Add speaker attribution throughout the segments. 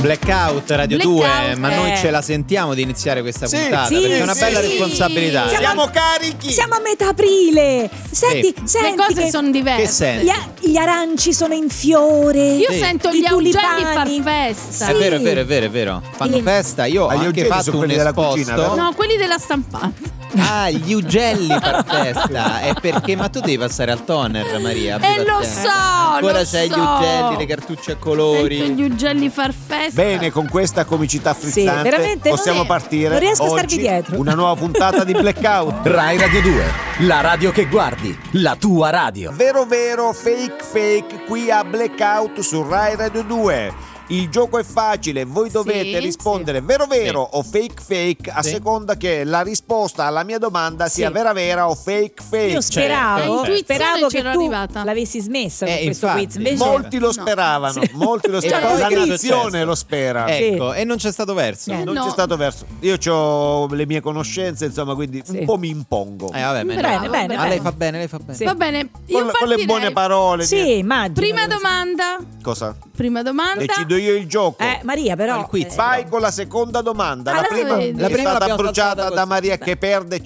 Speaker 1: Blackout Radio
Speaker 2: Blackout,
Speaker 1: 2, ma noi
Speaker 2: eh.
Speaker 1: ce la sentiamo di iniziare questa
Speaker 3: Sì,
Speaker 1: puntata
Speaker 2: sì,
Speaker 1: perché è una
Speaker 2: sì.
Speaker 1: bella responsabilità.
Speaker 2: Siamo-
Speaker 3: Siamo carichi!
Speaker 2: Siamo a metà aprile. Senti,
Speaker 4: Le
Speaker 2: senti
Speaker 4: cose
Speaker 2: che
Speaker 4: sono
Speaker 1: Che
Speaker 4: diverse.
Speaker 2: gli,
Speaker 1: senso?
Speaker 2: a- gli aranci sono in fiore.
Speaker 4: Io
Speaker 1: Sì.
Speaker 4: sento
Speaker 2: I
Speaker 4: gli augelli far
Speaker 2: tulipani.
Speaker 4: festa.
Speaker 2: Sì.
Speaker 1: È vero, è vero, è vero, è vero. Fanno
Speaker 2: Sì.
Speaker 1: festa. Io ho
Speaker 3: Ma Ah, gli
Speaker 1: anche
Speaker 3: ugelli
Speaker 1: fatto
Speaker 3: sono
Speaker 1: un
Speaker 3: quelli della
Speaker 1: esposto.
Speaker 3: cucina, vero?
Speaker 4: No, quelli della stampante.
Speaker 1: Ah, gli ugelli per festa. È perché ma tu devi passare al toner, Maria. abbi
Speaker 4: Eh, lo
Speaker 1: pazienza.
Speaker 4: so,
Speaker 1: Ancora
Speaker 4: lo
Speaker 1: c'hai
Speaker 4: so.
Speaker 1: gli ugelli, le cartucce a colori.
Speaker 4: Sento gli ugelli far festa.
Speaker 3: Bene, con questa comicità frizzante
Speaker 2: veramente non
Speaker 3: possiamo
Speaker 4: è-
Speaker 3: partire.
Speaker 2: non riesco a starvi
Speaker 3: Oggi
Speaker 2: dietro.
Speaker 3: Una nuova puntata di Blackout.
Speaker 5: Rai Radio 2, la radio che guardi, la tua radio.
Speaker 3: Vero vero, fake fake, qui a Blackout su Rai Radio 2. Il gioco è facile, voi dovete
Speaker 4: sì.
Speaker 3: rispondere vero vero o fake fake a
Speaker 1: Sì.
Speaker 3: seconda che la risposta alla mia domanda sia
Speaker 2: Sì.
Speaker 3: vera vera o fake fake.
Speaker 1: Cioè,
Speaker 3: Cioè,
Speaker 2: Io
Speaker 4: la
Speaker 2: speravo,
Speaker 4: intuizione
Speaker 2: speravo che
Speaker 4: c'era
Speaker 2: tu
Speaker 4: arrivata.
Speaker 2: l'avessi smessa
Speaker 1: Eh,
Speaker 2: con questo
Speaker 1: infatti. eh,
Speaker 2: quiz. Invece
Speaker 3: molti lo
Speaker 4: No.
Speaker 3: speravano,
Speaker 2: Sì.
Speaker 3: molti lo
Speaker 1: E
Speaker 3: speravano.
Speaker 1: poi
Speaker 3: Cioè, La Eh.
Speaker 1: che cosa è
Speaker 3: nazione
Speaker 1: successo?
Speaker 3: lo spera.
Speaker 1: Ecco, e non c'è stato verso.
Speaker 2: Eh,
Speaker 3: Non
Speaker 4: No.
Speaker 3: c'è stato verso. Io ho le mie conoscenze, insomma, quindi
Speaker 2: Sì.
Speaker 3: un po' mi impongo.
Speaker 1: Eh, vabbè, bene.
Speaker 2: Bene, bene,
Speaker 1: Ma
Speaker 2: bene.
Speaker 1: lei fa bene, lei fa bene.
Speaker 2: Sì.
Speaker 4: Va bene, io
Speaker 3: con, le- con le
Speaker 4: partirei.
Speaker 3: buone parole.
Speaker 2: sì,
Speaker 3: niente.
Speaker 2: immagino.
Speaker 4: Prima domanda.
Speaker 3: Cosa?
Speaker 4: Prima domanda.
Speaker 3: Decido io il gioco.
Speaker 2: Eh, Maria, però.
Speaker 1: No, il quiz.
Speaker 2: eh,
Speaker 3: Vai con la seconda domanda.
Speaker 4: Ah,
Speaker 3: La
Speaker 4: la
Speaker 3: prima,
Speaker 4: seconda.
Speaker 1: La
Speaker 3: è
Speaker 1: prima
Speaker 3: stata
Speaker 1: l'abbiamo
Speaker 3: bruciata
Speaker 1: saltata
Speaker 3: da
Speaker 1: così.
Speaker 3: Maria che perde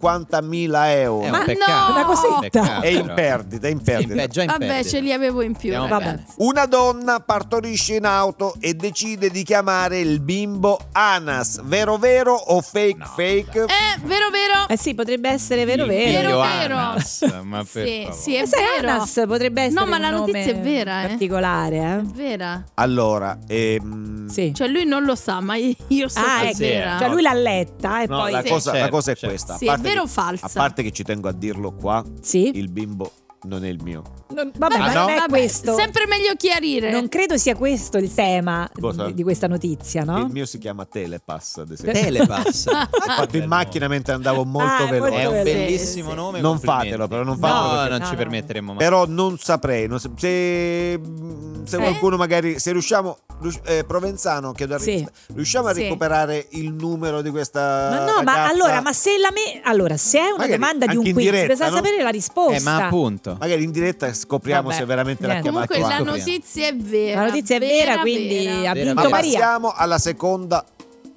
Speaker 3: 150.000
Speaker 1: È
Speaker 3: euro.
Speaker 1: un
Speaker 4: Ah,
Speaker 2: Ma
Speaker 1: peccato.
Speaker 2: no! Una cosetta.
Speaker 1: Peccato,
Speaker 3: È in
Speaker 1: però.
Speaker 3: perdita, è in
Speaker 1: È in
Speaker 3: perdita.
Speaker 1: pe- già in
Speaker 4: Vabbè,
Speaker 1: perdita.
Speaker 4: ce li avevo in più,
Speaker 1: Andiamo
Speaker 4: ragazzi.
Speaker 3: Una donna partorisce in auto e decide di chiamare il bimbo Anas. Vero vero o fake fake?
Speaker 4: Eh, vero, vero.
Speaker 2: Eh sì, potrebbe essere vero,
Speaker 1: Il
Speaker 2: vero.
Speaker 4: Vero, vero.
Speaker 1: Ioannas, Ma per
Speaker 4: sì,
Speaker 1: favore.
Speaker 4: sì, è
Speaker 2: Eh, sai,
Speaker 4: vero.
Speaker 2: Anas potrebbe essere
Speaker 4: No, ma la
Speaker 2: un nome
Speaker 4: notizia è vera, eh.
Speaker 2: particolare,
Speaker 4: È
Speaker 2: eh.
Speaker 4: vera.
Speaker 3: Allora, ehm,
Speaker 2: Sì.
Speaker 4: Cioè, lui non lo sa, ma io so
Speaker 2: ah,
Speaker 4: che
Speaker 2: ecco.
Speaker 4: è vera.
Speaker 2: Cioè lui l'ha letta e
Speaker 3: no,
Speaker 2: poi
Speaker 3: la,
Speaker 4: Sì.
Speaker 3: cosa, la
Speaker 1: Certo,
Speaker 3: cosa è
Speaker 1: certo.
Speaker 3: questa. a
Speaker 4: Sì, è
Speaker 3: parte
Speaker 4: vero
Speaker 3: che-
Speaker 4: o falsa?
Speaker 3: A parte che ci tengo a dirlo qua,
Speaker 2: Sì.
Speaker 3: il bimbo non è il mio.
Speaker 2: Non- vabbè,
Speaker 1: Ah,
Speaker 2: ma
Speaker 1: no?
Speaker 2: non è
Speaker 1: Vabbè,
Speaker 2: questo.
Speaker 4: Sempre meglio chiarire.
Speaker 2: Non credo sia questo il tema
Speaker 3: Cosa?
Speaker 2: di- di questa notizia, no?
Speaker 3: Il mio si chiama Telepass, ad esempio.
Speaker 1: Telepass.
Speaker 3: L'ho fatto in macchina mentre andavo molto
Speaker 2: Ah, è
Speaker 3: veloce.
Speaker 1: È un
Speaker 2: Sì,
Speaker 1: bellissimo
Speaker 2: sì.
Speaker 1: nome.
Speaker 3: Non
Speaker 1: complimenti.
Speaker 3: fatelo, però, non
Speaker 1: No,
Speaker 3: fatelo,
Speaker 2: perché-
Speaker 1: non ci
Speaker 2: no, no.
Speaker 1: permetteremmo mai.
Speaker 3: Però non saprei. non sa- se se
Speaker 2: Eh?
Speaker 4: Sì.
Speaker 3: qualcuno magari. Se riusciamo. rius- eh, Provenzano, chiedo a
Speaker 2: Sì.
Speaker 3: rivista, riusciamo a
Speaker 4: Sì.
Speaker 3: recuperare il numero di questa.
Speaker 2: Ma no, ma
Speaker 3: ragazza?
Speaker 2: allora, ma se la me... allora, se è una
Speaker 3: Magari
Speaker 2: domanda di un
Speaker 3: anche in
Speaker 2: quiz,
Speaker 3: diretta,
Speaker 2: bisogna
Speaker 3: no?
Speaker 2: sapere la risposta.
Speaker 1: Eh, ma appunto.
Speaker 3: Magari in diretta scopriamo
Speaker 2: Vabbè,
Speaker 3: se veramente l'ha
Speaker 2: niente.
Speaker 3: chiamata.
Speaker 4: Comunque
Speaker 1: qua.
Speaker 4: la
Speaker 3: qua.
Speaker 1: Scopriamo.
Speaker 4: notizia è vera.
Speaker 2: La notizia è vera, quindi
Speaker 4: vera.
Speaker 1: Vera,
Speaker 2: ha vinto
Speaker 3: Ma
Speaker 1: vera.
Speaker 2: Maria.
Speaker 3: passiamo alla seconda.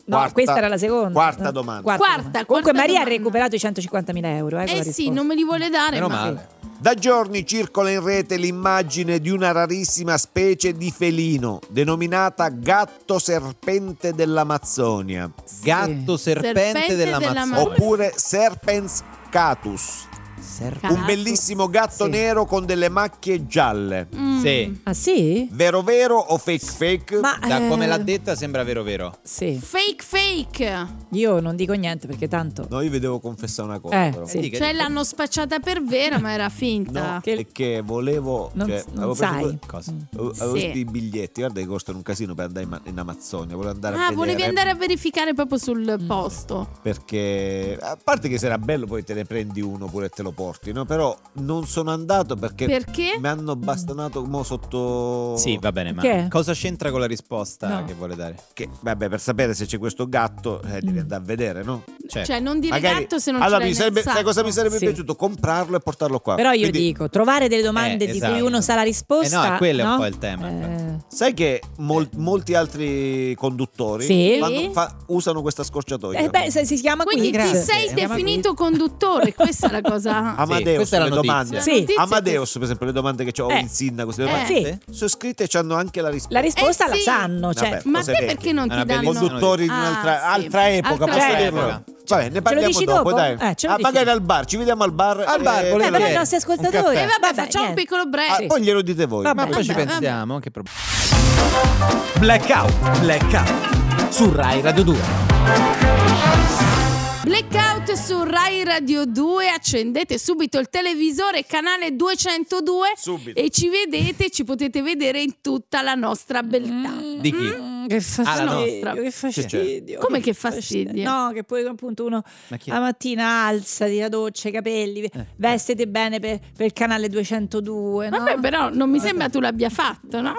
Speaker 2: No,
Speaker 3: quarta-
Speaker 2: questa era la seconda.
Speaker 3: Quarta
Speaker 2: No,
Speaker 3: domanda.
Speaker 4: Quarta,
Speaker 2: domanda.
Speaker 4: quarta
Speaker 2: Comunque Maria
Speaker 4: domanda.
Speaker 2: ha recuperato i 150.000 euro. Eh, con la
Speaker 4: Eh sì,
Speaker 2: risposta.
Speaker 4: non me li vuole dare.
Speaker 1: Meno
Speaker 4: ma-
Speaker 1: male.
Speaker 3: Da giorni circola in rete l'immagine di una rarissima specie di felino denominata gatto serpente dell'Amazzonia
Speaker 1: Gatto serpente
Speaker 4: Serpente
Speaker 1: dell'Amazzonia.
Speaker 4: dell'Amazzonia.
Speaker 3: oppure serpens catus,
Speaker 1: Serpente.
Speaker 3: un bellissimo gatto
Speaker 2: Sì.
Speaker 3: nero con delle macchie gialle.
Speaker 4: Mm.
Speaker 1: Sì.
Speaker 2: Ah sì?
Speaker 3: Vero vero o fake fake?
Speaker 2: Ma
Speaker 1: Da come
Speaker 2: eh,
Speaker 1: l'ha detta sembra vero vero.
Speaker 2: Sì.
Speaker 4: Fake fake.
Speaker 2: Io non dico niente perché tanto
Speaker 3: No, io vi devo confessare una cosa
Speaker 2: Eh,
Speaker 3: però.
Speaker 2: sì.
Speaker 1: Dica,
Speaker 4: Cioè
Speaker 1: dica.
Speaker 4: l'hanno spacciata per vera, ma era
Speaker 3: No,
Speaker 4: finta. Ah,
Speaker 2: Che-
Speaker 3: è che volevo.
Speaker 2: Non-
Speaker 3: cioè,
Speaker 2: non
Speaker 3: avevo preso
Speaker 2: sai. Mm.
Speaker 3: due-
Speaker 1: Cosa?
Speaker 3: Avevo avevo
Speaker 4: Sì.
Speaker 3: questi biglietti, guarda che costano un casino per andare in, Ma- in Amazzonia. Volevo andare a
Speaker 4: ah,
Speaker 3: vedere.
Speaker 4: volevi andare a verificare proprio sul
Speaker 2: Mm.
Speaker 4: posto.
Speaker 3: perché a parte che sarà bello poi te ne prendi uno pure e te lo porti no? però non sono andato perché,
Speaker 4: Perché?
Speaker 3: mi hanno bastonato mo sotto
Speaker 1: Sì, va bene, ma
Speaker 2: Che?
Speaker 1: cosa c'entra con la risposta
Speaker 2: No.
Speaker 1: che vuole dare?
Speaker 3: che, vabbè per sapere se c'è questo gatto eh,
Speaker 2: Mm.
Speaker 3: devi andare a vedere no?
Speaker 1: Cioè,
Speaker 4: Cioè, non dire
Speaker 3: Magari-
Speaker 4: gatto se non
Speaker 3: allora,
Speaker 4: ce l'hai
Speaker 3: mi
Speaker 4: nel
Speaker 3: sarebbe, sai
Speaker 4: sacco.
Speaker 3: cosa mi sarebbe
Speaker 2: Sì.
Speaker 3: piaciuto? comprarlo e portarlo qua
Speaker 2: Però io
Speaker 3: Quindi,
Speaker 2: dico, trovare delle domande
Speaker 1: Eh,
Speaker 2: di
Speaker 1: esatto.
Speaker 2: cui uno sa la risposta.
Speaker 1: Eh no, quello è un
Speaker 2: no? Eh.
Speaker 1: po' il tema, infatti.
Speaker 3: sai che mol- molti altri conduttori
Speaker 2: Sì.
Speaker 3: fanno- fa- usano questa scorciatoia
Speaker 2: Eh, eh, beh, se- si chiama
Speaker 4: Quindi
Speaker 2: quiz.
Speaker 1: Grazie.
Speaker 4: ti sei
Speaker 1: Si
Speaker 2: chiama
Speaker 4: definito conduttore, questa è la cosa.
Speaker 3: Amadeus
Speaker 1: questa è la
Speaker 3: le
Speaker 1: notizia.
Speaker 3: domande
Speaker 2: Sì.
Speaker 4: Notizia
Speaker 3: Amadeus per esempio le domande che ho
Speaker 2: Eh.
Speaker 3: il sindaco queste
Speaker 4: Eh.
Speaker 3: domande
Speaker 2: Sì.
Speaker 3: sono scritte e hanno anche la risposta
Speaker 2: La risposta
Speaker 4: Eh,
Speaker 2: la
Speaker 4: sì.
Speaker 2: sanno, cioè
Speaker 3: Vabbè,
Speaker 4: Ma
Speaker 3: cose
Speaker 4: te
Speaker 3: vecchie.
Speaker 4: perché non
Speaker 1: È
Speaker 4: ti
Speaker 1: una
Speaker 4: danno
Speaker 1: bellissima
Speaker 3: conduttori di
Speaker 4: Ah,
Speaker 3: un'altra
Speaker 4: sì.
Speaker 3: altra epoca,
Speaker 4: Altra
Speaker 3: possiamo
Speaker 2: epoca.
Speaker 3: dire.
Speaker 1: Certo.
Speaker 3: Vabbè, ne parliamo
Speaker 2: dici
Speaker 3: dopo,
Speaker 2: dopo?
Speaker 3: dai.
Speaker 2: Eh, ce lo
Speaker 3: Ah,
Speaker 2: dici.
Speaker 3: magari al bar, ci vediamo al bar.
Speaker 1: Al bar,
Speaker 3: eh,
Speaker 1: volentieri.
Speaker 2: Eh, però i
Speaker 3: volentieri.
Speaker 2: nostri ascoltatori.
Speaker 1: Un caffè.
Speaker 4: E vabbè,
Speaker 2: Vabbè,
Speaker 4: facciamo
Speaker 2: niente.
Speaker 4: un piccolo break.
Speaker 3: Ah, Poi glielo dite voi.
Speaker 2: Vabbè.
Speaker 1: Ma poi ci
Speaker 4: Vabbè,
Speaker 1: pensiamo, che problema.
Speaker 5: Blackout, Blackout su Rai Radio 2.
Speaker 4: Blackout su Rai Radio 2, accendete subito il televisore canale 202
Speaker 3: Subito.
Speaker 4: e ci vedete, ci potete vedere in tutta la nostra beltà.
Speaker 2: Mm,
Speaker 1: Di chi?
Speaker 4: mm,
Speaker 2: Che
Speaker 1: Alla
Speaker 2: fastidio,
Speaker 1: nostra.
Speaker 2: che fastidio.
Speaker 4: Come che fastidio?
Speaker 2: No, che poi appunto uno
Speaker 1: Ma chi è? Eh,
Speaker 2: la mattina alzati la doccia, i capelli, vestiti bene per, per il canale 202, eh, no?
Speaker 4: Vabbè, però non mi sembra tu l'abbia fatto, no?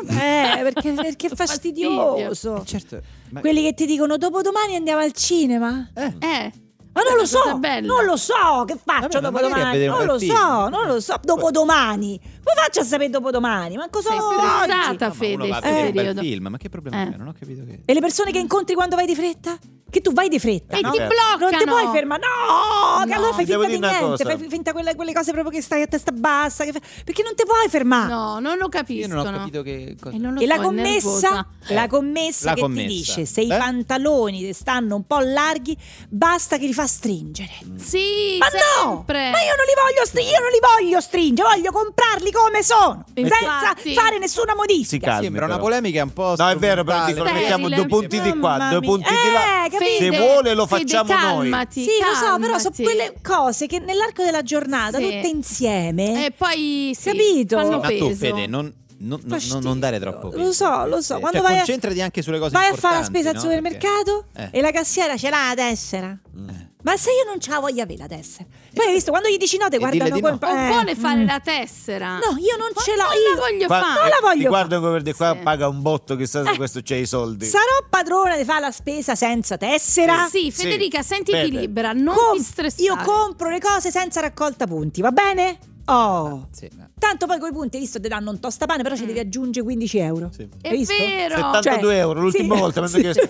Speaker 2: Eh, perché, perché è fastidioso.
Speaker 1: Certo. ma-
Speaker 2: Quelli che ti dicono dopo domani andiamo al cinema.
Speaker 1: Eh,
Speaker 4: Eh,
Speaker 2: Ma non lo
Speaker 4: Questa cosa
Speaker 2: so,
Speaker 4: è bella.
Speaker 2: non lo so che faccio
Speaker 1: Vabbè, ma
Speaker 2: dopo
Speaker 1: magari a
Speaker 2: domani.
Speaker 1: vedere un
Speaker 2: Non lo
Speaker 1: bel film.
Speaker 2: so, non lo so. Dopodomani. Come faccio a sapere dopodomani? Ma cosa
Speaker 4: Sei
Speaker 2: ho
Speaker 4: stressata.
Speaker 2: oggi?
Speaker 4: Stata
Speaker 1: No, ma uno
Speaker 4: fede,
Speaker 1: va a
Speaker 4: sto
Speaker 1: vedere un bel
Speaker 4: periodo.
Speaker 1: film, ma che problema
Speaker 4: Eh.
Speaker 1: c'è? Non ho capito che...
Speaker 2: E le persone che incontri quando vai di fretta? Che tu vai di fretta.
Speaker 4: E
Speaker 2: no?
Speaker 4: ti
Speaker 1: No.
Speaker 4: bloccano.
Speaker 2: Non ti puoi fermare, no! Che
Speaker 4: No.
Speaker 2: allora fai finta
Speaker 3: Devo
Speaker 2: di
Speaker 3: dire una
Speaker 2: niente,
Speaker 3: cosa.
Speaker 2: fai finta quelle, quelle cose proprio che stai a testa bassa, che fai- perché non ti puoi fermare.
Speaker 4: No, non lo capiscono.
Speaker 1: Io non ho capito che cosa...
Speaker 4: E, non lo
Speaker 2: E
Speaker 4: so,
Speaker 2: la
Speaker 4: è
Speaker 2: commessa,
Speaker 4: nervosa.
Speaker 1: Eh,
Speaker 2: la commessa
Speaker 1: la
Speaker 2: che
Speaker 1: commessa.
Speaker 2: ti dice se i
Speaker 1: Eh?
Speaker 2: pantaloni ti stanno un po' larghi, basta che li fa stringere.
Speaker 4: Sì,
Speaker 2: Ma
Speaker 4: sempre.
Speaker 2: no! Ma io non li voglio stringere, io non li voglio stringere, voglio comprarli come sono,
Speaker 4: Infatti.
Speaker 2: senza fare nessuna
Speaker 3: Si
Speaker 2: modifica.
Speaker 3: calmi,
Speaker 1: Sembra una
Speaker 3: però.
Speaker 1: polemica un po'...
Speaker 3: No, è vero, però
Speaker 1: strumentale.
Speaker 3: dicono,
Speaker 4: Sterile.
Speaker 3: mettiamo due punti di qua,
Speaker 2: Mamma
Speaker 3: due
Speaker 2: mia.
Speaker 3: punti di là.
Speaker 2: Eh, capite?
Speaker 3: Se vuole lo
Speaker 4: Fede,
Speaker 3: facciamo noi.
Speaker 4: calmati,
Speaker 2: sì, lo so, però sono
Speaker 4: calmati.
Speaker 2: quelle cose che nell'arco della giornata,
Speaker 4: Sì.
Speaker 2: tutte insieme,
Speaker 4: E poi sì,
Speaker 2: Capito?
Speaker 4: fanno
Speaker 1: Ma tu,
Speaker 4: peso.
Speaker 1: Fede, non, non- non-
Speaker 2: Fastidio.
Speaker 1: non dare troppo peso.
Speaker 2: Lo so, lo so.
Speaker 1: Cioè,
Speaker 2: Quando vai a-
Speaker 1: concentrati anche sulle cose
Speaker 2: vai a fare
Speaker 1: importanti,
Speaker 2: la spesa al
Speaker 1: no?
Speaker 2: supermercato Mm.
Speaker 1: Perché-
Speaker 2: e la cassiera ce l'ha la tessera.
Speaker 1: Eh.
Speaker 2: Ma se io non ce la voglio avere la tessera? Poi hai visto, quando gli dici no, ti
Speaker 1: E
Speaker 2: guardano
Speaker 1: dille di
Speaker 2: come-
Speaker 1: no.
Speaker 4: O
Speaker 2: eh,
Speaker 4: vuole fare
Speaker 2: mm.
Speaker 4: la tessera.
Speaker 2: No, io non
Speaker 4: Ma
Speaker 2: ce l'ho.
Speaker 4: non
Speaker 2: io
Speaker 4: la voglio
Speaker 3: Guarda-
Speaker 4: fare.
Speaker 2: Non la
Speaker 3: Ti
Speaker 2: voglio
Speaker 3: guarda Eh, come di qua,
Speaker 4: Sì.
Speaker 3: paga un botto, chissà se
Speaker 2: Eh.
Speaker 3: questo c'è i soldi.
Speaker 2: Sarò padrona di fare la spesa senza tessera?
Speaker 4: Sì,
Speaker 3: Sì.
Speaker 4: Federica, sentiti
Speaker 3: Fede.
Speaker 4: libera, non
Speaker 2: Com-
Speaker 4: ti stressare.
Speaker 2: io compro le cose senza raccolta punti, va bene? Oh.
Speaker 1: Sì, no.
Speaker 2: Tanto poi coi punti, hai visto, ti danno un tostapane, però ci devi aggiungere 15 euro.
Speaker 1: Sì.
Speaker 4: Mm. È
Speaker 2: Hai visto? Cioè,
Speaker 4: vero.
Speaker 3: 72 euro, l'ultima
Speaker 2: sì.
Speaker 3: volta mi hanno
Speaker 2: Sì.
Speaker 3: chiesto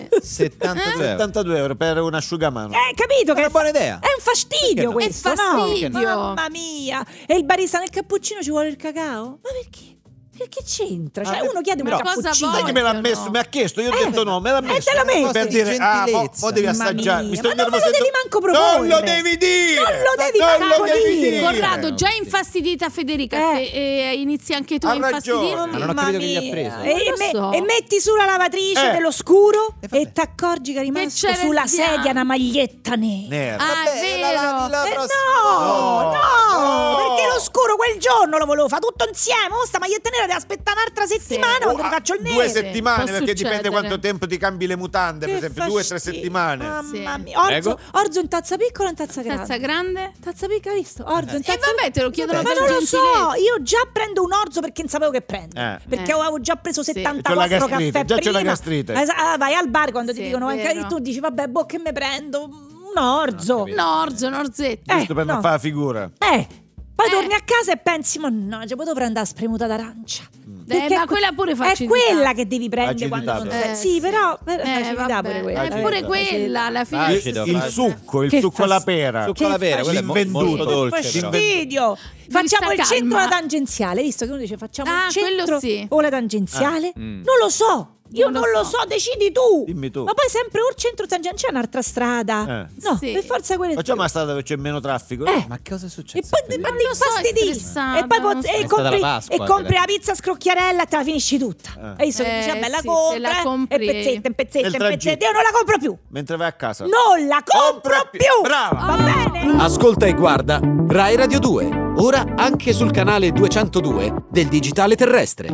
Speaker 1: 72 euro.
Speaker 3: 72 euro per un asciugamano.
Speaker 2: Eh, capito
Speaker 1: È
Speaker 2: che
Speaker 1: una buona idea.
Speaker 2: È un fastidio
Speaker 1: Perché no?
Speaker 2: questo,
Speaker 4: È fastidio.
Speaker 2: no? Mamma mia! E il barista nel cappuccino ci vuole il cacao? Ma perché? Perché c'entra? Cioè,
Speaker 3: Ah, beh,
Speaker 2: uno chiede un
Speaker 4: però-
Speaker 2: cappuccino.
Speaker 4: Cosa
Speaker 3: Sai che me l'ha
Speaker 4: vogliono.
Speaker 3: messo? Mi ha chiesto, io ho
Speaker 2: Eh,
Speaker 3: detto no, me l'ha
Speaker 2: eh,
Speaker 3: messo.
Speaker 2: te la metti.
Speaker 3: Per dire, ah, mo, mo devi
Speaker 2: Mamma
Speaker 3: assaggiare.
Speaker 2: mia,
Speaker 3: Mi sto
Speaker 2: ma non me lo
Speaker 3: nervosendo.
Speaker 2: devi manco proporre.
Speaker 3: Non lo devi dire!
Speaker 2: Non lo devi
Speaker 3: Non
Speaker 2: manco
Speaker 3: lo devi
Speaker 2: dire.
Speaker 3: dire!
Speaker 4: Corrado, già infastidita Federica,
Speaker 2: Eh.
Speaker 4: se, eh, inizi anche tu
Speaker 3: Ha
Speaker 4: a infastidirti.
Speaker 3: ragione.
Speaker 1: Ma non ho
Speaker 2: Mamma
Speaker 1: capito chi gli ha
Speaker 2: mia.
Speaker 1: preso.
Speaker 2: E,
Speaker 4: Non lo
Speaker 2: me-
Speaker 4: so.
Speaker 2: e metti su la lavatrice
Speaker 3: Eh.
Speaker 2: dell'oscuro
Speaker 1: E vabbè.
Speaker 2: e ti accorgi che è rimasto
Speaker 4: c'era il
Speaker 2: sulla
Speaker 4: piano.
Speaker 2: sedia una maglietta nera.
Speaker 3: Nero.
Speaker 4: Ah, è
Speaker 1: Vabbè, la
Speaker 4: vero.
Speaker 1: lavi la
Speaker 2: Eh,
Speaker 1: prossima-
Speaker 2: no, no,
Speaker 3: No.
Speaker 2: perché lo scuro quel giorno lo volevo fare tutto insieme. Oh, sta maglietta nera deve aspettare un'altra settimana
Speaker 3: Oh,
Speaker 2: quando
Speaker 3: ah,
Speaker 2: faccio il nero.
Speaker 3: due settimane
Speaker 4: Può
Speaker 3: perché dipende
Speaker 4: succedere.
Speaker 3: quanto tempo ti cambi le mutande, per
Speaker 2: Che Ah,
Speaker 3: esempio, due o tre
Speaker 2: fastidio.
Speaker 3: settimane.
Speaker 2: Mamma
Speaker 4: Sì.
Speaker 2: mia. Orzo,
Speaker 1: Prego.
Speaker 2: orzo in tazza piccola o in tazza grande?
Speaker 4: Tazza grande?
Speaker 2: Tazza piccola, hai visto?
Speaker 3: Eh.
Speaker 2: Orzo in
Speaker 4: E
Speaker 2: tazza
Speaker 4: vabbè, te lo chiedono
Speaker 2: Ma
Speaker 4: per
Speaker 2: non lo so,
Speaker 4: gentilezza.
Speaker 2: io già prendo un orzo perché non sapevo che prendo.
Speaker 3: Eh.
Speaker 2: Perché
Speaker 4: Eh.
Speaker 2: avevo già preso
Speaker 4: Sì.
Speaker 2: 74
Speaker 3: C'ho la gastrite,
Speaker 2: caffè
Speaker 3: già c'ho la
Speaker 2: prima.
Speaker 3: gastrite.
Speaker 2: Esa- ah, vai al bar quando ti
Speaker 4: Sì,
Speaker 2: dicono
Speaker 4: è
Speaker 2: anche
Speaker 4: vero.
Speaker 2: tu dici vabbè, boh, che me prendo? Un orzo.
Speaker 4: Un orzo, un orzetto.
Speaker 3: Giusto
Speaker 2: Eh,
Speaker 3: per non
Speaker 2: no.
Speaker 3: fare la figura.
Speaker 2: Eh, poi
Speaker 4: Eh.
Speaker 2: torni a casa e pensi, mannaggia, potevo prendere la spremuta d'arancia.
Speaker 3: Mm.
Speaker 2: Perché
Speaker 4: Eh, ma
Speaker 2: que-
Speaker 4: quella pure
Speaker 2: È
Speaker 4: facilità.
Speaker 2: quella che devi prendere quando non
Speaker 3: Facilità,
Speaker 4: però.
Speaker 2: sei.
Speaker 4: Eh,
Speaker 2: Sì,
Speaker 4: sì.
Speaker 2: però eh,
Speaker 4: Eh,
Speaker 2: facilità
Speaker 4: vabbè.
Speaker 2: pure
Speaker 4: Eh,
Speaker 2: quella.
Speaker 3: Facilità.
Speaker 4: pure quella, alla fine. Eh,
Speaker 1: Facile,
Speaker 3: Il,
Speaker 1: Acido,
Speaker 3: il
Speaker 1: facile.
Speaker 3: succo, il
Speaker 2: Che
Speaker 3: succo alla
Speaker 2: fast-
Speaker 3: pera.
Speaker 1: Succo alla pera, quello è mo- molto
Speaker 3: L'invenduto.
Speaker 1: dolce però.
Speaker 2: fastidio. oh, Facciamo il
Speaker 4: Vista
Speaker 2: centro o la
Speaker 4: calma.
Speaker 2: tangenziale, visto che uno dice facciamo
Speaker 4: Ah,
Speaker 2: il
Speaker 4: quello
Speaker 2: centro
Speaker 4: sì.
Speaker 2: o la tangenziale?
Speaker 1: Ah, mm.
Speaker 2: Non lo so. Io non, lo, so. decidi tu.
Speaker 3: Dimmi tu.
Speaker 2: Ma poi sempre o il centro o tangenziale, c'è un'altra strada.
Speaker 3: Eh.
Speaker 2: No,
Speaker 4: Sì.
Speaker 2: per forza quella
Speaker 3: Facciamo la strada dove c'è meno traffico.
Speaker 2: Eh.
Speaker 1: Ma cosa è successo?
Speaker 2: E poi
Speaker 1: Federico?
Speaker 2: ma ti
Speaker 4: lo so, è
Speaker 2: infastidisci.
Speaker 4: stressata,
Speaker 2: e poi
Speaker 4: non
Speaker 2: poz-
Speaker 4: so.
Speaker 2: e
Speaker 1: È stata la
Speaker 2: compri,
Speaker 1: Pasqua,
Speaker 2: e compri
Speaker 1: direi.
Speaker 2: la pizza scrocchiarella e te la finisci tutta.
Speaker 3: Eh.
Speaker 2: E io che
Speaker 4: Eh,
Speaker 2: dice, vabbè,
Speaker 4: sì,
Speaker 2: la
Speaker 4: se
Speaker 2: compra
Speaker 4: la
Speaker 2: eh,
Speaker 4: compri-
Speaker 2: e pezzetta, in pezzetta,
Speaker 3: Nel
Speaker 2: in
Speaker 3: tragitto.
Speaker 2: pezzetta. Io non la compro più.
Speaker 3: Mentre vai a casa.
Speaker 2: Non la compro
Speaker 3: Compra più.
Speaker 2: più.
Speaker 3: Brava.
Speaker 2: Va
Speaker 4: Ah.
Speaker 2: bene?
Speaker 5: Ascolta e guarda Rai Radio 2, ora anche sul canale 202 del digitale terrestre.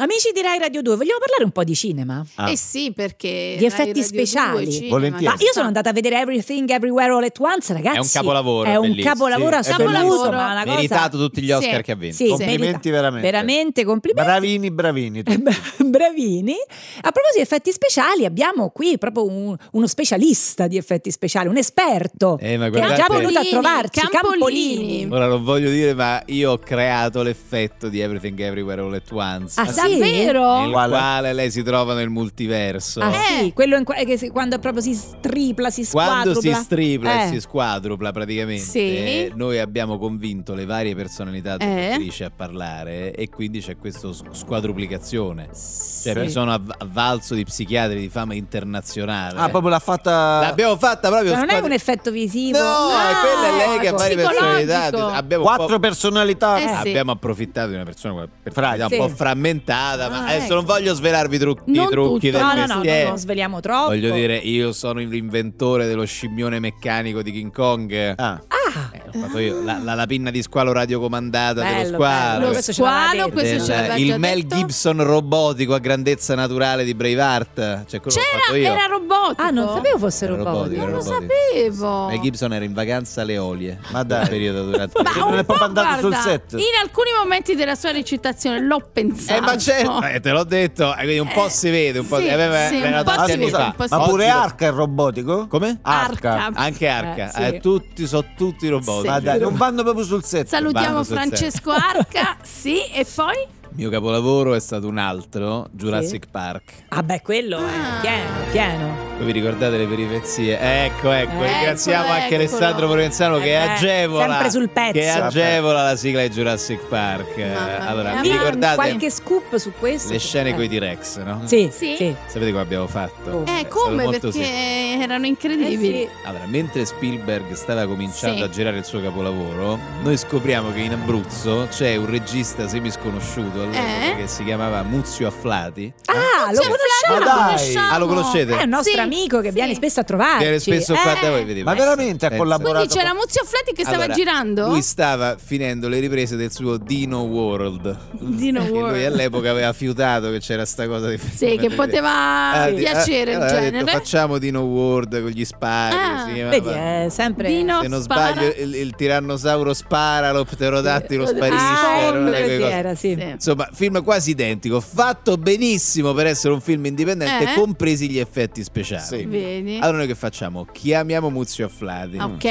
Speaker 2: Amici di Rai Radio 2, vogliamo parlare un po' di cinema?
Speaker 3: Ah.
Speaker 4: Eh sì, perché...
Speaker 2: Gli effetti
Speaker 4: Rai Radio
Speaker 2: speciali.
Speaker 4: 2, cinema,
Speaker 3: Volentieri.
Speaker 2: Ma
Speaker 4: ci
Speaker 2: io
Speaker 4: sta.
Speaker 2: sono andata a vedere Everything Everywhere All At Once, ragazzi.
Speaker 1: È un capolavoro,
Speaker 2: È un
Speaker 1: bellissimo.
Speaker 2: capolavoro
Speaker 1: Sì, è
Speaker 2: assoluto,
Speaker 4: bellissimo.
Speaker 2: ma una cosa
Speaker 1: meritato tutti gli Oscar
Speaker 4: Sì.
Speaker 1: che ha vinto.
Speaker 2: Sì,
Speaker 3: Complimenti
Speaker 2: merita-
Speaker 3: veramente.
Speaker 2: Veramente complimenti.
Speaker 3: Bravini, bravini. tutti.
Speaker 2: Eh, bra- Bravini. A proposito di effetti speciali, abbiamo qui proprio un- uno specialista di effetti speciali, un esperto
Speaker 1: Eh, ma
Speaker 2: che è
Speaker 1: guardate-
Speaker 2: già venuto a
Speaker 4: Campolini,
Speaker 2: trovarci,
Speaker 4: Campolini.
Speaker 2: Campolini.
Speaker 1: Ora non voglio dire, ma io ho creato l'effetto di Everything Everywhere All At Once.
Speaker 2: Ah,
Speaker 1: nel
Speaker 2: sì?
Speaker 4: Davvero?
Speaker 3: Eh,
Speaker 1: quale lei si trova nel multiverso.
Speaker 2: Ah,
Speaker 4: Eh.
Speaker 2: sì, quello in qua- che si- quando proprio si tripla, si squadrupla.
Speaker 1: Quando si stripla
Speaker 2: Eh.
Speaker 1: e si squadrupla praticamente,
Speaker 4: Sì.
Speaker 1: eh, noi abbiamo convinto le varie personalità
Speaker 4: Eh.
Speaker 1: dell'attrice a parlare e quindi c'è questa squadruplicazione. Cioè
Speaker 3: Sì.
Speaker 1: mi sono av- avvalso di psichiatri di fama internazionale.
Speaker 3: Ah, proprio l'ha fatta.
Speaker 1: L'abbiamo fatta proprio
Speaker 2: boh, Cioè, non è
Speaker 1: squadri-
Speaker 2: un effetto visivo.
Speaker 1: No, è quella è lei che ha
Speaker 2: ecco.
Speaker 1: varie personalità.
Speaker 4: Psicologico.
Speaker 1: Abbiamo un po'
Speaker 3: Quattro personalità.
Speaker 4: Eh, sì.
Speaker 1: Abbiamo approfittato di una persona con una personalità un
Speaker 2: Fragile.
Speaker 1: po' frammentata, ma
Speaker 2: Ah,
Speaker 1: adesso
Speaker 2: ecco.
Speaker 1: non voglio svelarvi i trucchi, i
Speaker 4: Non
Speaker 1: trucchi
Speaker 4: tutto.
Speaker 1: del
Speaker 2: No, no, no,
Speaker 1: mestiere.
Speaker 2: non lo sveliamo troppo.
Speaker 1: Voglio dire, io sono l'inventore dello scimmione meccanico di King Kong.
Speaker 3: Ah.
Speaker 2: Ah,
Speaker 1: Eh, l'ho fatto io. La, la lapinna di squalo radiocomandata dello
Speaker 2: Bello,
Speaker 1: squalo.
Speaker 2: bello,
Speaker 4: Lo
Speaker 2: questo ce l'aveva
Speaker 4: squalo,
Speaker 2: detto.
Speaker 4: questo
Speaker 1: del-
Speaker 4: ce l'aveva già
Speaker 1: il Mel
Speaker 4: detto.
Speaker 1: Gibson robotico a grandezza naturale di Braveheart. Cioè, quello l'ho fatto
Speaker 4: C'era,
Speaker 1: io.
Speaker 4: era robotico.
Speaker 2: ah, non sapevo fosse
Speaker 1: Era robotico,
Speaker 2: robotico.
Speaker 4: Non
Speaker 1: era
Speaker 4: lo
Speaker 1: robotico.
Speaker 4: sapevo.
Speaker 1: Mel Gibson era in vacanza alle olie.
Speaker 3: Ma dai.
Speaker 1: Un periodo durante
Speaker 4: Ma
Speaker 3: Perché non
Speaker 4: un
Speaker 3: è proprio
Speaker 4: po',
Speaker 3: andato sul
Speaker 4: guarda,
Speaker 3: set.
Speaker 4: In alcuni momenti della sua recitazione l'ho pensato.
Speaker 1: Eh, ma certo, eh, te l'ho detto, eh, quindi un po'
Speaker 4: Eh,
Speaker 1: si vede, un po',
Speaker 4: sì,
Speaker 1: eh, beh, beh,
Speaker 4: sì, un
Speaker 1: era
Speaker 4: po'
Speaker 1: tanti
Speaker 4: si
Speaker 1: anni
Speaker 4: vede,
Speaker 1: fa.
Speaker 4: un po' si
Speaker 3: Ah, Ma
Speaker 4: vede.
Speaker 3: pure
Speaker 1: Oggi lo-
Speaker 3: Arca è robotico? Ah,
Speaker 1: Come?
Speaker 4: Arca.
Speaker 1: Anche Arca,
Speaker 2: Eh, sì.
Speaker 1: eh, tutti, sono tutti Ah, robot.
Speaker 4: Sì.
Speaker 3: Ma dai, non vanno proprio sul set.
Speaker 4: Salutiamo
Speaker 1: Vanno sul
Speaker 4: Francesco Arca. sì, e poi?
Speaker 1: Il mio capolavoro è stato un altro, Jurassic Park.
Speaker 2: Ah, beh, quello
Speaker 4: Ah.
Speaker 2: è pieno, pieno.
Speaker 1: Voi vi ricordate le peripezie? Ecco, ecco,
Speaker 2: Eccolo,
Speaker 1: ringraziamo anche
Speaker 4: eccolo.
Speaker 1: Alessandro Provenzano
Speaker 2: Eh
Speaker 1: che
Speaker 2: beh,
Speaker 1: agevola.
Speaker 2: sempre sul pezzo.
Speaker 1: Che agevola la sigla di Jurassic Park. Eh,
Speaker 4: Eh, Mamma mia.
Speaker 1: Allora, vi
Speaker 4: Dimmi
Speaker 1: ricordate
Speaker 2: qualche scoop su questo?
Speaker 1: le scene
Speaker 2: Eh.
Speaker 1: con i T-Rex, no?
Speaker 2: Sì,
Speaker 4: Sì.
Speaker 2: sì.
Speaker 1: Sapete come abbiamo fatto?
Speaker 2: Oh.
Speaker 1: È
Speaker 4: Eh,
Speaker 1: stato
Speaker 4: come?
Speaker 1: molto
Speaker 4: Perché
Speaker 1: semplice.
Speaker 4: erano incredibili.
Speaker 2: Eh,
Speaker 1: Allora, mentre Spielberg stava cominciando
Speaker 4: Sì.
Speaker 1: a girare il suo capolavoro, noi scopriamo che in Abruzzo c'è un regista semisconosciuto all'epoca
Speaker 4: Eh?
Speaker 1: che si chiamava Muzio Afflati.
Speaker 2: Ah, lo
Speaker 4: C'è Flava,
Speaker 3: Ma
Speaker 2: conosciamo.
Speaker 3: dai.
Speaker 4: conosciamo.
Speaker 1: Ah, lo conoscete?
Speaker 2: È un nostro
Speaker 4: Cioè, Sì,
Speaker 2: amico che
Speaker 4: sì.
Speaker 2: viene spesso a trovarci.
Speaker 1: Viene spesso qua
Speaker 4: eh.
Speaker 1: da voi, vedi,
Speaker 3: Ma
Speaker 1: pensa,
Speaker 3: veramente ha
Speaker 1: pensa.
Speaker 3: collaborato?
Speaker 4: Quindi c'era Muzio Affletti che stava
Speaker 1: Allora,
Speaker 4: girando?
Speaker 1: Lui stava finendo le riprese del suo Dino World.
Speaker 4: Dino
Speaker 1: Perché
Speaker 4: World.
Speaker 1: Lui all'epoca aveva fiutato che c'era sta cosa di
Speaker 4: Sì, che poteva
Speaker 1: Ah, di-
Speaker 4: piacere
Speaker 1: ah,
Speaker 4: il
Speaker 1: allora ha detto,
Speaker 4: genere.
Speaker 1: facciamo Dino World con gli spari.
Speaker 4: Ah.
Speaker 1: si
Speaker 2: Eh,
Speaker 1: chiamava.
Speaker 2: Vedi, è sempre...
Speaker 4: Dino
Speaker 1: Se non
Speaker 4: spara.
Speaker 1: sbaglio, eh, il, il tirannosauro spara, lo pterodattilo
Speaker 4: Sì.
Speaker 1: sparisce.
Speaker 2: Ah,
Speaker 1: era una di
Speaker 2: ecco
Speaker 1: quelle
Speaker 2: chi
Speaker 1: cose.
Speaker 2: era, sì.
Speaker 4: Sì.
Speaker 1: Insomma, film quasi identico, fatto benissimo per essere un film indipendente,
Speaker 4: Eh.
Speaker 1: compresi gli effetti speciali.
Speaker 3: Sì.
Speaker 4: Vedi?
Speaker 1: Allora noi che facciamo? Chiamiamo Muzio Afflati.
Speaker 4: Ah, ok.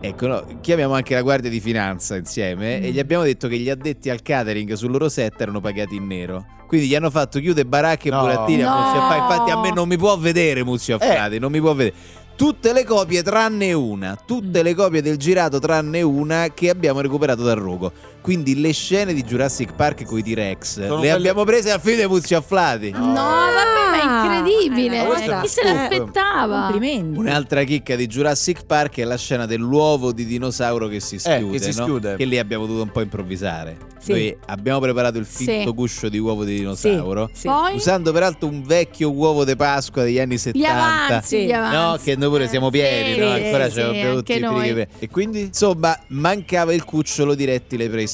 Speaker 1: Ecco, no, chiamiamo anche la Guardia di Finanza insieme e gli abbiamo detto che gli addetti al catering sul loro set erano pagati in nero. Quindi gli hanno fatto chiudere baracche e
Speaker 3: No.
Speaker 1: burattini a
Speaker 4: No.
Speaker 1: Muzio Afflati. Infatti a me non mi può vedere Muzio Afflati, non mi può vedere. Tutte le copie tranne una, tutte le copie del girato tranne una che abbiamo recuperato dal rogo. Quindi le scene di Jurassic Park con i T-Rex le
Speaker 3: quelle-
Speaker 1: abbiamo prese al fine Muzio Afflati.
Speaker 4: No, vabbè, ma è incredibile.
Speaker 3: Ma questo è
Speaker 4: Chi se
Speaker 3: assurdo.
Speaker 4: l'aspettava?
Speaker 2: Ah, ecco. Complimenti.
Speaker 1: Un'altra chicca di Jurassic Park è la scena dell'uovo di dinosauro che si schiude,
Speaker 3: Eh, che si
Speaker 1: no?
Speaker 3: schiude.
Speaker 1: Che lì abbiamo dovuto un po' improvvisare.
Speaker 2: Sì.
Speaker 1: Noi abbiamo preparato il
Speaker 4: Sì.
Speaker 1: fitto guscio di uovo di
Speaker 2: Sì,
Speaker 1: dinosauro,
Speaker 2: sì.
Speaker 4: Poi
Speaker 1: usando peraltro un vecchio uovo di Pasqua degli anni 70.
Speaker 4: gli avanzi,
Speaker 2: Sì.
Speaker 4: gli
Speaker 2: No,
Speaker 1: No,
Speaker 4: avanzi.
Speaker 1: che noi pure siamo
Speaker 4: Eh,
Speaker 1: pieni,
Speaker 4: sì,
Speaker 1: no?
Speaker 2: sì,
Speaker 1: Ancora
Speaker 4: sì,
Speaker 1: c'è
Speaker 4: anche noi.
Speaker 3: E quindi?
Speaker 1: Insomma, mancava il cucciolo di rettile preistorico.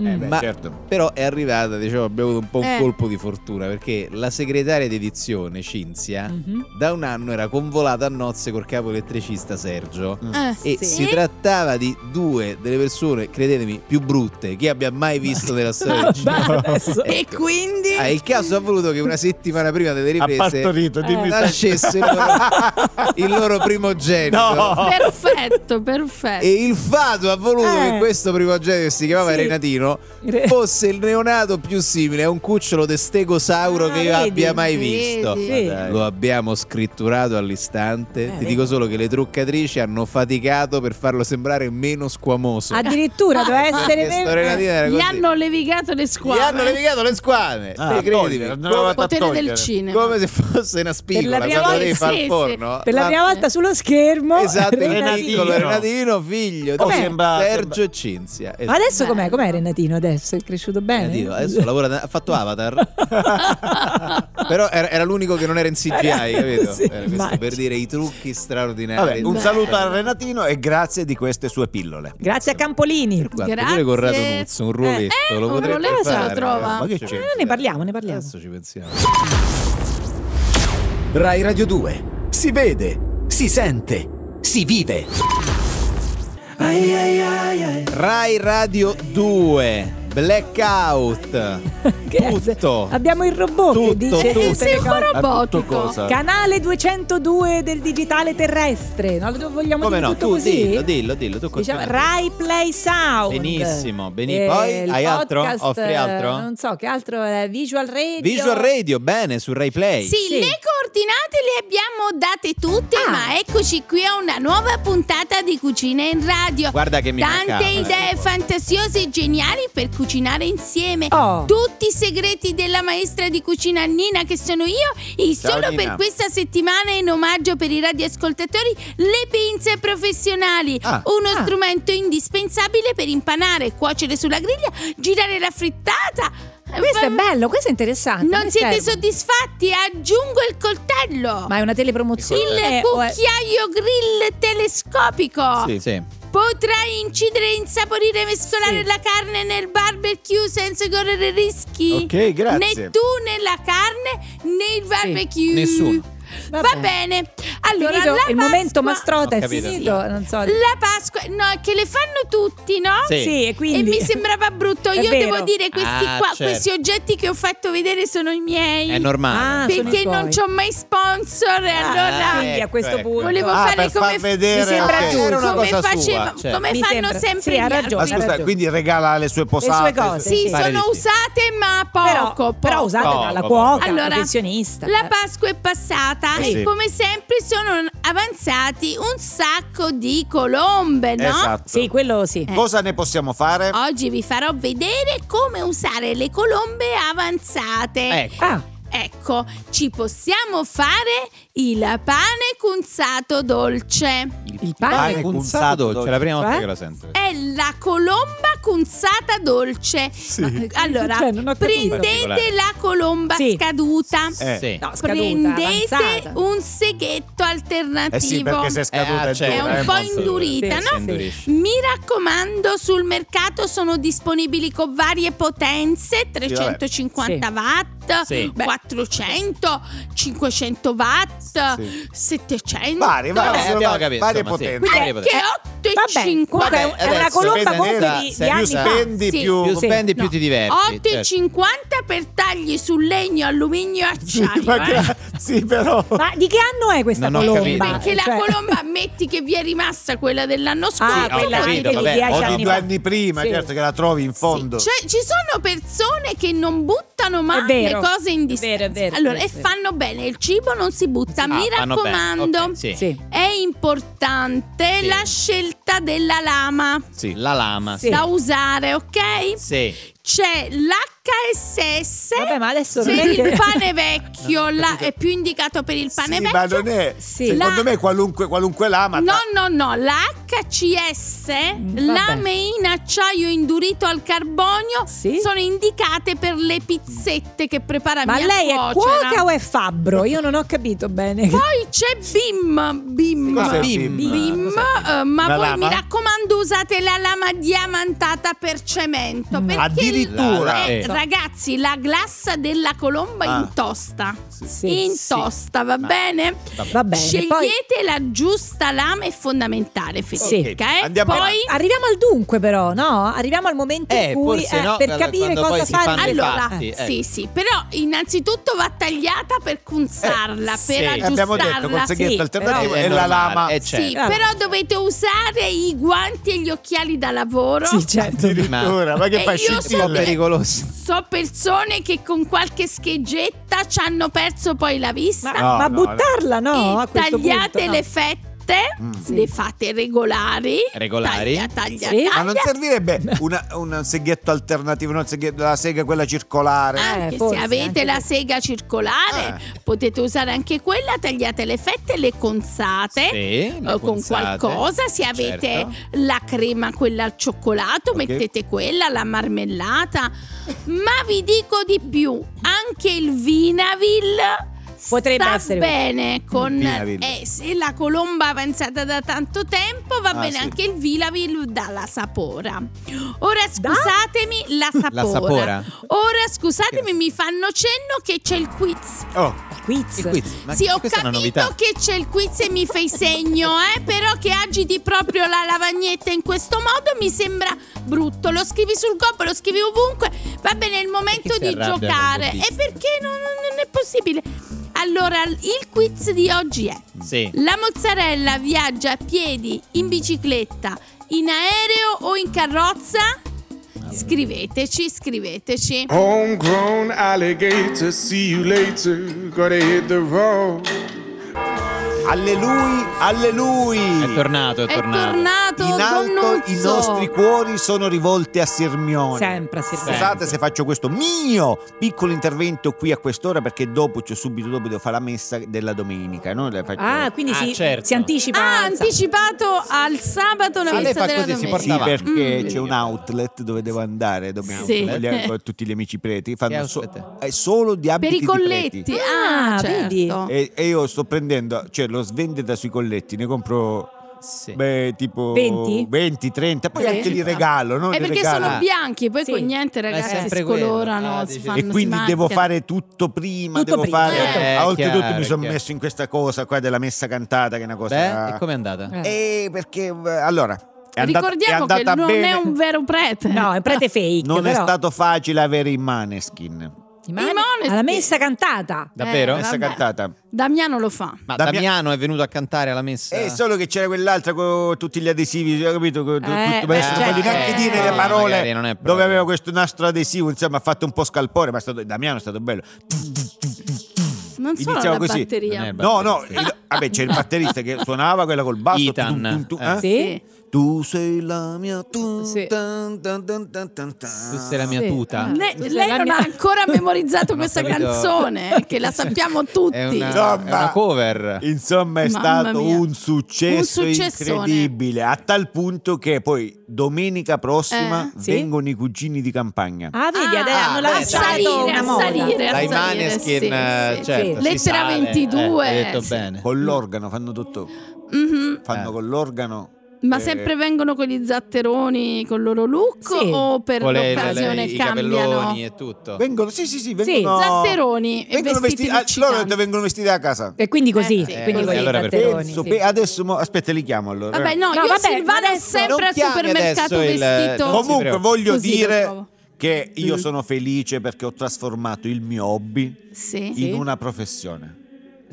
Speaker 2: Mm. Eh beh,
Speaker 1: ma
Speaker 3: certo.
Speaker 1: però è arrivata, diciamo, abbiamo avuto un po' un
Speaker 4: Eh.
Speaker 1: colpo di fortuna perché la segretaria di edizione, Cinzia,
Speaker 2: Mhm.
Speaker 1: da un anno era convolata a nozze col capo elettricista Sergio.
Speaker 4: Eh,
Speaker 1: E
Speaker 4: sì.
Speaker 1: si trattava di due delle persone, credetemi, più brutte che abbia mai visto nella storia del cinema.
Speaker 2: Vabbè, adesso-
Speaker 4: E quindi
Speaker 1: Ah, il caso ha voluto che una settimana prima delle
Speaker 3: Ha
Speaker 1: riprese
Speaker 3: partorito, dimmi
Speaker 2: Eh.
Speaker 3: se-
Speaker 1: nascesse il loro, il loro primogenito.
Speaker 3: No!
Speaker 4: perfetto, perfetto.
Speaker 1: E il fato ha voluto
Speaker 2: Eh.
Speaker 1: che questo primogenito che si chiamava
Speaker 2: Sì.
Speaker 1: Renatino
Speaker 2: Re-
Speaker 1: fosse il neonato più simile a un cucciolo de stegosauro
Speaker 2: Ah,
Speaker 1: che io
Speaker 2: vedi,
Speaker 1: abbia mai
Speaker 4: vedi.
Speaker 1: visto.
Speaker 2: Sì.
Speaker 1: Dai. Lo abbiamo scritturato all'istante.
Speaker 2: Eh,
Speaker 1: Ti
Speaker 2: vedi.
Speaker 1: dico solo che le truccatrici hanno faticato per farlo sembrare meno squamoso.
Speaker 2: Addirittura deve essere...
Speaker 1: Questo
Speaker 2: vero-
Speaker 1: Renatino era
Speaker 4: Gli
Speaker 1: così.
Speaker 4: hanno levigato le
Speaker 1: Gli
Speaker 4: squadre.
Speaker 1: hanno levigato le squame.
Speaker 3: Ah,
Speaker 1: Te credimi,
Speaker 3: togliere, non
Speaker 1: come,
Speaker 3: avevate a
Speaker 4: Potere del
Speaker 3: togliere.
Speaker 4: cinema.
Speaker 1: come se fosse una spigola
Speaker 2: prima
Speaker 1: quando
Speaker 2: volta-
Speaker 1: devi fare
Speaker 4: sì,
Speaker 1: il
Speaker 4: sì.
Speaker 1: forno.
Speaker 2: Per la prima
Speaker 1: Ma-
Speaker 2: volta sullo schermo.
Speaker 1: Esatto,
Speaker 2: Renatino.
Speaker 1: il piccolo Renatino, figlio
Speaker 3: Oh,
Speaker 1: di
Speaker 3: sembra-
Speaker 1: Sergio e Cinzia.
Speaker 2: Ma
Speaker 1: Esatto.
Speaker 2: adesso com'è?
Speaker 4: Bello.
Speaker 2: Com'è Renatino adesso? È cresciuto bene?
Speaker 1: Renatino, adesso lavora da- ha fatto Avatar. Però era, era l'unico che non era in CGI,
Speaker 2: Era-
Speaker 1: capito?
Speaker 2: sì,
Speaker 1: Era questo
Speaker 2: immagino.
Speaker 1: per dire i trucchi straordinari.
Speaker 3: Vabbè, un
Speaker 4: Beh.
Speaker 3: saluto a Renatino e grazie di queste sue pillole.
Speaker 2: Grazie a Campolini.
Speaker 1: Guarda,
Speaker 4: Grazie.
Speaker 1: pure Corrado Nuzzo, un roletto,
Speaker 4: Eh,
Speaker 1: lo
Speaker 4: un
Speaker 1: potrebbe
Speaker 4: roletto se lo
Speaker 1: fare.
Speaker 4: trova.
Speaker 1: Ma che
Speaker 3: Eh,
Speaker 1: c'è?
Speaker 2: ne parliamo, ne parliamo.
Speaker 1: Adesso ci pensiamo.
Speaker 5: Rai Radio 2. Si vede, si sente, si vive.
Speaker 1: Rai Radio 2, Blackout,
Speaker 2: Che-
Speaker 1: tutto.
Speaker 2: Abbiamo il robot che
Speaker 1: Oh. Tutto,
Speaker 2: dice
Speaker 1: tutto.
Speaker 2: tutte le
Speaker 4: Sei un po'
Speaker 2: cose.
Speaker 4: robotico.
Speaker 3: tutto cosa?
Speaker 2: Canale 202 del digitale terrestre. No, lo vogliamo
Speaker 1: Come
Speaker 2: dire
Speaker 1: no?
Speaker 2: tutto
Speaker 1: Tu
Speaker 2: così?
Speaker 1: dillo, dillo, dillo, tu
Speaker 2: Diciamo
Speaker 1: continua.
Speaker 2: Rai Play Sound.
Speaker 1: Benissimo, beni-
Speaker 2: Eh,
Speaker 1: poi
Speaker 2: il
Speaker 1: hai altro?
Speaker 2: podcast,
Speaker 1: Offri altro?
Speaker 2: eh, Non so, che altro è Visual Radio.
Speaker 1: Visual Radio, bene, su Rai Play.
Speaker 4: Sì,
Speaker 2: Sì.
Speaker 4: le coordinate le abbiamo date tutte,
Speaker 2: Ah.
Speaker 4: ma eccoci qui a una nuova puntata di Cucina in Radio.
Speaker 1: Guarda che mi
Speaker 4: Tante
Speaker 1: mancava.
Speaker 4: idee fantasiose e geniali per cucinare insieme.
Speaker 2: Oh.
Speaker 4: Tutti i segreti della maestra di cucina Nina che sono io e
Speaker 3: Ciao,
Speaker 4: solo
Speaker 3: Nina.
Speaker 4: per questa settimana in omaggio per i radioascoltatori le pinze professionali,
Speaker 3: Ah.
Speaker 4: uno
Speaker 2: Ah.
Speaker 4: strumento indispensabile per impanare, cuocere sulla griglia, girare la frittata.
Speaker 2: Questo è
Speaker 4: Fa-
Speaker 2: bello, questo è interessante.
Speaker 4: non
Speaker 2: mi
Speaker 4: siete
Speaker 2: serve.
Speaker 4: soddisfatti? Aggiungo il coltello.
Speaker 2: Ma è una telepromozione.
Speaker 4: il
Speaker 2: Eh, o è-
Speaker 4: cucchiaio grill telescopico.
Speaker 1: Sì. Sì.
Speaker 4: Potrai incidere, insaporire e mescolare
Speaker 2: Sì.
Speaker 4: la carne nel barbecue senza correre rischi.
Speaker 3: Ok,
Speaker 4: Né
Speaker 3: grazie.
Speaker 4: tu né la carne né il barbecue.
Speaker 1: Nessuno.
Speaker 2: Va
Speaker 4: Va
Speaker 2: bene.
Speaker 4: bene. Allora,
Speaker 2: Finito
Speaker 4: la
Speaker 2: il
Speaker 4: Pasqua-
Speaker 2: momento mastrota
Speaker 1: Ho
Speaker 2: è
Speaker 1: capito.
Speaker 2: finito, non so.
Speaker 4: La Pasqua, no, è che le fanno tutti, no?
Speaker 1: Sì.
Speaker 2: Sì, e
Speaker 4: E
Speaker 2: quindi
Speaker 4: mi sembrava brutto.
Speaker 2: È
Speaker 4: Io
Speaker 2: vero.
Speaker 4: devo dire, questi
Speaker 1: Ah,
Speaker 4: qua,
Speaker 1: certo.
Speaker 4: questi oggetti che ho fatto vedere sono i miei.
Speaker 1: È normale.
Speaker 2: Ah, sono i
Speaker 4: Perché non
Speaker 2: tuoi.
Speaker 4: c'ho mai sponsor e
Speaker 2: Ah,
Speaker 4: allora
Speaker 2: quindi a
Speaker 1: ecco,
Speaker 2: questo
Speaker 1: ecco.
Speaker 2: punto
Speaker 4: volevo
Speaker 3: Ah,
Speaker 4: fare
Speaker 3: per
Speaker 4: come
Speaker 3: far vedere
Speaker 2: mi sembra
Speaker 3: ok,
Speaker 2: giusto.
Speaker 3: era una
Speaker 4: come
Speaker 3: cosa cioè.
Speaker 4: faceva-
Speaker 1: sua, certo.
Speaker 4: come
Speaker 2: Mi
Speaker 4: fanno
Speaker 2: sembra-
Speaker 4: sempre
Speaker 2: sì, ha
Speaker 4: gli altri.
Speaker 2: ragione.
Speaker 3: Ma
Speaker 2: hai
Speaker 3: scusa,
Speaker 2: ragione.
Speaker 3: quindi regala le sue posate.
Speaker 2: sue cose.
Speaker 4: Sì,
Speaker 1: Pare
Speaker 4: sono
Speaker 1: di sì.
Speaker 4: usate ma poco.
Speaker 2: però, però
Speaker 4: poco.
Speaker 2: usate
Speaker 1: Poco,
Speaker 2: dalla
Speaker 1: poco.
Speaker 2: cuoca,
Speaker 4: Allora,
Speaker 2: professionista.
Speaker 4: La Pasqua è passata
Speaker 3: Eh, Sì.
Speaker 4: e come sempre sono avanzati un sacco di colombe, no?
Speaker 3: Esatto.
Speaker 2: Sì, quello sì.
Speaker 3: Cosa ne possiamo fare?
Speaker 4: Oggi vi farò vedere come usare le colombe avanzate.
Speaker 1: Ecco.
Speaker 2: Ah,
Speaker 4: Ecco, ci possiamo fare il pane cunzato dolce.
Speaker 2: il pane
Speaker 3: Pane cunzato
Speaker 1: cunzato,
Speaker 3: dolce.
Speaker 1: c'è la prima volta
Speaker 2: Eh?
Speaker 1: che lo sento.
Speaker 4: È la colomba cunzata dolce. Ma- eh, Allora,
Speaker 2: Cioè, non ho capito.
Speaker 4: prendete la colomba
Speaker 2: Sì.
Speaker 4: scaduta.
Speaker 3: Eh.
Speaker 1: Sì.
Speaker 2: No, scaduta,
Speaker 4: Prendete
Speaker 2: avanzata.
Speaker 4: un seghetto alternativo.
Speaker 3: Eh sì, perché se è scaduta
Speaker 1: Eh,
Speaker 3: è
Speaker 1: certo.
Speaker 4: È
Speaker 3: dura,
Speaker 4: un
Speaker 3: eh,
Speaker 4: po'
Speaker 3: molto dura.
Speaker 4: indurita,
Speaker 2: Sì,
Speaker 4: no?
Speaker 2: sì.
Speaker 1: Indurisce.
Speaker 4: Mi raccomando, sul mercato sono disponibili con varie potenze, 350
Speaker 2: Sì.
Speaker 4: watt,
Speaker 1: Sì.
Speaker 4: 400, 500 watt,
Speaker 3: Sì.
Speaker 4: 700.
Speaker 3: Vari, vari,
Speaker 1: Vabbè,
Speaker 3: sono
Speaker 1: abbiamo
Speaker 3: vari-
Speaker 1: capito,
Speaker 3: varie
Speaker 1: insomma, sì.
Speaker 3: potenze.
Speaker 4: Anche
Speaker 1: Quindi-
Speaker 4: 8 e
Speaker 2: Vabbè,
Speaker 4: 5.
Speaker 2: comunque è
Speaker 1: Vabbè,
Speaker 2: un- è una
Speaker 1: adesso
Speaker 2: colomba
Speaker 3: spende
Speaker 2: comunque
Speaker 3: nera,
Speaker 2: di, di
Speaker 1: se
Speaker 2: anni
Speaker 1: più
Speaker 3: Più
Speaker 2: fa.
Speaker 3: spendi,
Speaker 4: Sì.
Speaker 1: Più
Speaker 2: Sì.
Speaker 1: spendi, più
Speaker 4: No,
Speaker 1: ti diverti.
Speaker 4: 8,50
Speaker 1: certo.
Speaker 4: per tagli su legno, alluminio e
Speaker 3: Sì,
Speaker 4: acciaio.
Speaker 3: ma
Speaker 4: eh.
Speaker 3: gra- sì, però.
Speaker 2: Ma di che anno è questa
Speaker 1: Non ho
Speaker 2: colomba?
Speaker 1: capito.
Speaker 4: Perché la
Speaker 2: Cioè-
Speaker 4: colomba, ammetti che vi è rimasta quella dell'anno scorso.
Speaker 2: Ah,
Speaker 1: ho
Speaker 2: quella
Speaker 1: capito,
Speaker 2: di
Speaker 1: vabbè.
Speaker 2: dieci
Speaker 1: Ogni
Speaker 3: Ogni
Speaker 2: anni
Speaker 3: due
Speaker 2: fa.
Speaker 3: anni prima,
Speaker 2: Sì.
Speaker 3: certo che la trovi in
Speaker 4: Sì,
Speaker 3: fondo.
Speaker 4: cioè, ci sono persone che non buttano mai
Speaker 2: È vero,
Speaker 4: le cose in
Speaker 2: è vero, è vero,
Speaker 4: dispensa. Allora,
Speaker 2: è
Speaker 4: e
Speaker 2: vero.
Speaker 4: fanno bene, il cibo non si butta.
Speaker 1: Ah, vanno
Speaker 4: Mi
Speaker 1: bene,
Speaker 4: raccomando,
Speaker 1: ok, sì.
Speaker 2: Sì.
Speaker 4: è importante
Speaker 1: Sì.
Speaker 4: la scelta della lama
Speaker 1: Sì. La lama.
Speaker 2: Sì.
Speaker 4: da usare, ok?
Speaker 1: Sì.
Speaker 4: C'è l'HSS
Speaker 2: Vabbè, ma adesso
Speaker 4: per
Speaker 2: non è che-
Speaker 4: il pane vecchio, la- è più indicato per il pane
Speaker 3: Sì,
Speaker 4: vecchio.
Speaker 3: ma non è.
Speaker 2: Sì.
Speaker 3: Secondo
Speaker 4: La-
Speaker 3: me qualunque, qualunque lama.
Speaker 4: No,
Speaker 3: tra-
Speaker 4: no, no, la HCS,
Speaker 2: Mm,
Speaker 4: lame
Speaker 2: vabbè.
Speaker 4: in acciaio indurito al carbonio
Speaker 2: Sì.
Speaker 4: sono indicate per le pizzette che prepara
Speaker 2: Ma
Speaker 4: mia
Speaker 2: lei è
Speaker 4: suocera.
Speaker 2: cuoca o è fabbro? Io non ho capito bene.
Speaker 4: Poi c'è BIM, BIM,
Speaker 3: Cos'è
Speaker 1: Bim.
Speaker 3: Bim?
Speaker 4: BIM,
Speaker 1: Cos'è
Speaker 4: eh, ma
Speaker 3: Una
Speaker 4: voi
Speaker 3: lama?
Speaker 4: mi raccomando usate la lama diamantata per cemento,
Speaker 2: Mm.
Speaker 4: perché
Speaker 3: Addirittura.
Speaker 4: eh,
Speaker 1: Eh.
Speaker 4: ragazzi, la glassa della colomba
Speaker 3: Ah.
Speaker 4: intosta.
Speaker 2: Sì,
Speaker 4: intosta, va
Speaker 1: Ma-
Speaker 4: bene?
Speaker 2: Va bene,
Speaker 4: Scegliete
Speaker 2: poi
Speaker 4: la giusta lama è fondamentale, Federica.
Speaker 3: Sì.
Speaker 4: eh.
Speaker 3: Andiamo
Speaker 4: Poi
Speaker 3: avanti.
Speaker 2: arriviamo al dunque però, no? Arriviamo al momento
Speaker 1: Eh,
Speaker 2: in cui
Speaker 1: forse
Speaker 2: eh,
Speaker 1: no,
Speaker 2: per
Speaker 1: quando-
Speaker 2: capire
Speaker 1: quando
Speaker 2: cosa
Speaker 1: poi si
Speaker 2: fare.
Speaker 1: fanno i
Speaker 4: allora,
Speaker 1: fatti, eh.
Speaker 4: sì, sì, però innanzitutto va tagliata per cunzarla,
Speaker 1: Eh, sì.
Speaker 4: per
Speaker 1: Eh,
Speaker 3: Abbiamo detto
Speaker 4: aggiustarla.
Speaker 3: col seghetto
Speaker 2: Sì,
Speaker 3: alternativo
Speaker 2: però-
Speaker 3: e
Speaker 1: È
Speaker 3: la
Speaker 1: normale,
Speaker 3: lama.
Speaker 1: è
Speaker 4: Sì,
Speaker 1: certo.
Speaker 4: però dovete usare i guanti e gli occhiali da lavoro.
Speaker 2: Sì, certo.
Speaker 3: Addirittura, ma che
Speaker 4: E
Speaker 3: fai
Speaker 4: io so
Speaker 1: Un po'
Speaker 4: che-
Speaker 3: scintille?
Speaker 1: pericoloso.
Speaker 4: So persone che con qualche scheggetta ci hanno perso poi la vista.
Speaker 2: Ma,
Speaker 3: No,
Speaker 2: ma
Speaker 3: no,
Speaker 2: buttarla no,
Speaker 4: E
Speaker 2: a questo
Speaker 4: tagliate
Speaker 2: punto, no.
Speaker 4: le fette,
Speaker 3: Mm.
Speaker 4: le fate regolari.
Speaker 1: Regolari.
Speaker 4: Taglia, taglia,
Speaker 2: Sì.
Speaker 4: taglia.
Speaker 3: Ma non servirebbe una, un seghetto alternativo, no, il seghetto- la sega quella circolare.
Speaker 2: Ah,
Speaker 4: Anche
Speaker 2: forse,
Speaker 4: se avete
Speaker 2: anche
Speaker 4: la
Speaker 2: questo.
Speaker 4: sega circolare, potete usare anche quella, tagliate le fette, le consate.
Speaker 1: Sì, le
Speaker 4: eh, con
Speaker 1: punzate.
Speaker 4: qualcosa, se avete
Speaker 1: Certo.
Speaker 4: la crema quella al cioccolato,
Speaker 3: Ok.
Speaker 4: mettete quella, la marmellata. Ma vi dico di più, anche il Vinavil
Speaker 2: Potrebbe
Speaker 4: sta
Speaker 2: essere utile.
Speaker 4: bene con
Speaker 3: Vinavil.
Speaker 4: eh, se la colomba avanzata da tanto tempo, va
Speaker 3: Ah,
Speaker 4: bene
Speaker 3: sì.
Speaker 4: anche il Vinavil dalla sapora. Ora scusatemi, la sapora.
Speaker 1: La sapora.
Speaker 4: Ora scusatemi, mi fanno cenno che c'è il quiz.
Speaker 3: Oh,
Speaker 2: Il quiz.
Speaker 1: Il quiz. Ma
Speaker 4: sì, ho
Speaker 1: questa è una
Speaker 4: capito
Speaker 1: novità.
Speaker 4: che c'è il quiz e mi fai segno, eh, però che agiti proprio la lavagnetta in questo modo mi sembra brutto. Lo scrivi sul gobbo, lo scrivi ovunque. Va bene, è il momento
Speaker 1: Perché si
Speaker 4: di
Speaker 1: arrabbia quando
Speaker 4: giocare.
Speaker 1: dici?
Speaker 4: E perché non, non- non è possibile? Allora, il quiz di oggi è:
Speaker 1: Sì.
Speaker 4: la mozzarella viaggia a piedi, in bicicletta, in aereo o in carrozza? Scriveteci, scriveteci.
Speaker 6: Homegrown alligator, see you later. Gotta hit the road.
Speaker 3: allelui,
Speaker 1: È
Speaker 3: allelui.
Speaker 1: tornato, è
Speaker 4: È
Speaker 1: tornato.
Speaker 4: tornato
Speaker 3: In alto i
Speaker 4: Donnuzzo.
Speaker 3: nostri cuori sono rivolti a Sirmione.
Speaker 2: Sempre, sì.
Speaker 3: Scusate se faccio questo mio piccolo intervento qui a quest'ora perché dopo, cioè subito dopo, devo fare la messa della domenica. No? La faccio-
Speaker 2: Ah, quindi
Speaker 1: Ah,
Speaker 2: si,
Speaker 1: certo.
Speaker 2: si anticipa.
Speaker 4: Ah,
Speaker 2: sa-
Speaker 4: anticipato al sabato la
Speaker 1: Sì, lei
Speaker 4: messa
Speaker 1: fa
Speaker 4: della
Speaker 1: così, si
Speaker 4: domenica.
Speaker 3: Sì,
Speaker 1: porta avanti.
Speaker 3: perché
Speaker 1: Mm.
Speaker 3: c'è un outlet dove devo andare domenica
Speaker 4: Sì. Eh.
Speaker 3: con gli- con tutti gli amici preti. Fanno
Speaker 1: Che
Speaker 3: so-
Speaker 1: outlet
Speaker 3: è solo di
Speaker 4: Per
Speaker 3: abiti
Speaker 4: i
Speaker 3: di
Speaker 4: colletti.
Speaker 3: preti.
Speaker 4: Ah,
Speaker 2: Ah,
Speaker 4: certo.
Speaker 2: vedi?
Speaker 3: Eh, E, e io sto prendendo, cioè lo svendita sui colletti, ne compro
Speaker 1: Sì.
Speaker 3: Beh, tipo
Speaker 2: 20?
Speaker 3: 20, 30, poi anche
Speaker 4: 30.
Speaker 3: li regalo, no?
Speaker 4: È
Speaker 3: Li
Speaker 4: Eh, perché
Speaker 3: regalo.
Speaker 4: sono
Speaker 3: Ah.
Speaker 4: bianchi, poi
Speaker 2: Sì.
Speaker 4: con niente
Speaker 1: È
Speaker 4: ragazzi si
Speaker 1: sempre quello.
Speaker 4: scolorano,
Speaker 1: Ah,
Speaker 4: si
Speaker 1: dici-
Speaker 4: fanno
Speaker 3: E quindi
Speaker 4: si
Speaker 3: devo
Speaker 4: macchiano.
Speaker 3: fare tutto prima,
Speaker 2: Tutto
Speaker 3: devo
Speaker 2: prima,
Speaker 3: fare...
Speaker 4: certo.
Speaker 1: Eh,
Speaker 3: Ah, oltretutto
Speaker 1: chiaro,
Speaker 3: mi sono
Speaker 1: chiaro.
Speaker 3: messo in questa cosa qua della messa cantata che è una cosa...
Speaker 1: Beh, e com'è andata?
Speaker 2: Eh.
Speaker 3: Eh, perché eh, allora è andata, è
Speaker 4: Ricordiamo che
Speaker 3: andata
Speaker 4: non
Speaker 3: bene,
Speaker 4: è un vero prete.
Speaker 2: No, è un prete fake.
Speaker 3: non è
Speaker 2: però.
Speaker 3: stato facile avere i Maneskin.
Speaker 2: I mani-
Speaker 4: I Måneskin.
Speaker 2: alla messa cantata.
Speaker 1: Davvero?
Speaker 4: Eh,
Speaker 3: Messa
Speaker 4: vabbè.
Speaker 3: cantata.
Speaker 4: Damiano lo fa.
Speaker 1: Ma
Speaker 3: Damia-
Speaker 1: Damiano è venuto a cantare alla messa?
Speaker 3: Eh, solo che c'era quell'altra con tutti gli adesivi, hai capito? Con tu-
Speaker 2: Eh,
Speaker 3: tutto- adesso
Speaker 2: eh,
Speaker 4: certo.
Speaker 3: non voglio
Speaker 2: eh,
Speaker 3: neanche dire le
Speaker 1: magari
Speaker 2: no,
Speaker 1: non è
Speaker 3: parole
Speaker 1: proprio.
Speaker 3: dove aveva questo nastro adesivo, insomma, ha fatto un po' scalpore, ma è stato, Damiano è stato bello.
Speaker 4: Non solo
Speaker 3: Iniziamo
Speaker 4: la
Speaker 3: così.
Speaker 4: batteria.
Speaker 1: Non è
Speaker 3: No, no,
Speaker 1: batterista.
Speaker 3: il- vabbè, c'è il batterista che suonava quella col basso.
Speaker 1: Ethan,
Speaker 3: tum, tum, tum,
Speaker 1: eh.
Speaker 3: eh?
Speaker 2: Sì.
Speaker 3: Tu sei la mia tu,
Speaker 4: Sì.
Speaker 3: tan, tan, tan, tan, tan, tan.
Speaker 1: Tu sei la mia
Speaker 2: Sì.
Speaker 1: tuta.
Speaker 2: Eh,
Speaker 4: Lei,
Speaker 2: Cioè,
Speaker 4: lei
Speaker 2: la
Speaker 4: non
Speaker 2: mia-
Speaker 4: ha ancora
Speaker 1: Non
Speaker 4: memorizzato
Speaker 1: ho
Speaker 4: questa
Speaker 1: capito.
Speaker 4: canzone, eh, che la sappiamo tutti.
Speaker 1: È una,
Speaker 3: Insomma.
Speaker 1: è una cover.
Speaker 3: Insomma, è
Speaker 4: Mamma
Speaker 3: stato
Speaker 4: mia.
Speaker 3: un successo
Speaker 4: Un successone.
Speaker 3: incredibile, a tal punto che poi domenica prossima
Speaker 4: Eh,
Speaker 2: sì.
Speaker 3: vengono i cugini di campagna.
Speaker 2: Ah, vedi, adesso
Speaker 1: Ah,
Speaker 2: hanno
Speaker 1: beh,
Speaker 4: salire,
Speaker 2: lanciato una
Speaker 4: a
Speaker 2: moda.
Speaker 4: salire, a
Speaker 1: Dai
Speaker 4: salire,
Speaker 1: Maneskin,
Speaker 4: Eh, sì,
Speaker 1: eh,
Speaker 4: sì.
Speaker 1: certo.
Speaker 4: Sì.
Speaker 1: si
Speaker 4: Lettera
Speaker 1: sale,
Speaker 4: 22,
Speaker 1: eh, hai detto
Speaker 4: sì.
Speaker 1: bene.
Speaker 3: Con l'organo fanno tutto,
Speaker 4: Mhm.
Speaker 3: fanno
Speaker 1: Eh.
Speaker 3: con l'organo.
Speaker 4: Ma
Speaker 3: eh,
Speaker 4: sempre vengono con gli zatteroni con il loro look
Speaker 2: Sì.
Speaker 4: o per
Speaker 1: Con le- le-
Speaker 4: l'occasione
Speaker 1: i
Speaker 4: cambiano?
Speaker 1: capelloni e tutto.
Speaker 3: Vengono, sì, sì, sì, vengono.
Speaker 4: Zatteroni e
Speaker 3: vengono
Speaker 4: vestiti
Speaker 3: vestiti, ah, loro
Speaker 4: luccicanti.
Speaker 3: vengono vestiti da casa.
Speaker 2: E quindi così,
Speaker 4: Eh, sì,
Speaker 2: quindi
Speaker 4: eh,
Speaker 2: così,
Speaker 1: allora
Speaker 2: i
Speaker 1: perché-
Speaker 2: zatteroni,
Speaker 3: Penso,
Speaker 2: sì.
Speaker 3: beh, adesso mo- aspetta, li chiamo allora.
Speaker 4: Vabbè, no,
Speaker 2: No,
Speaker 4: io
Speaker 2: vabbè,
Speaker 4: Silvana è
Speaker 2: adesso-
Speaker 4: sempre
Speaker 1: Non
Speaker 4: al
Speaker 1: chiami
Speaker 4: supermercato
Speaker 1: adesso il-
Speaker 4: vestito.
Speaker 1: non si
Speaker 3: Comunque
Speaker 1: preoccupi.
Speaker 3: voglio
Speaker 4: Così lo
Speaker 3: dire
Speaker 4: trovo.
Speaker 3: che io
Speaker 4: Mm.
Speaker 3: sono felice perché ho trasformato il mio hobby
Speaker 4: Sì.
Speaker 2: Sì.
Speaker 3: in una professione.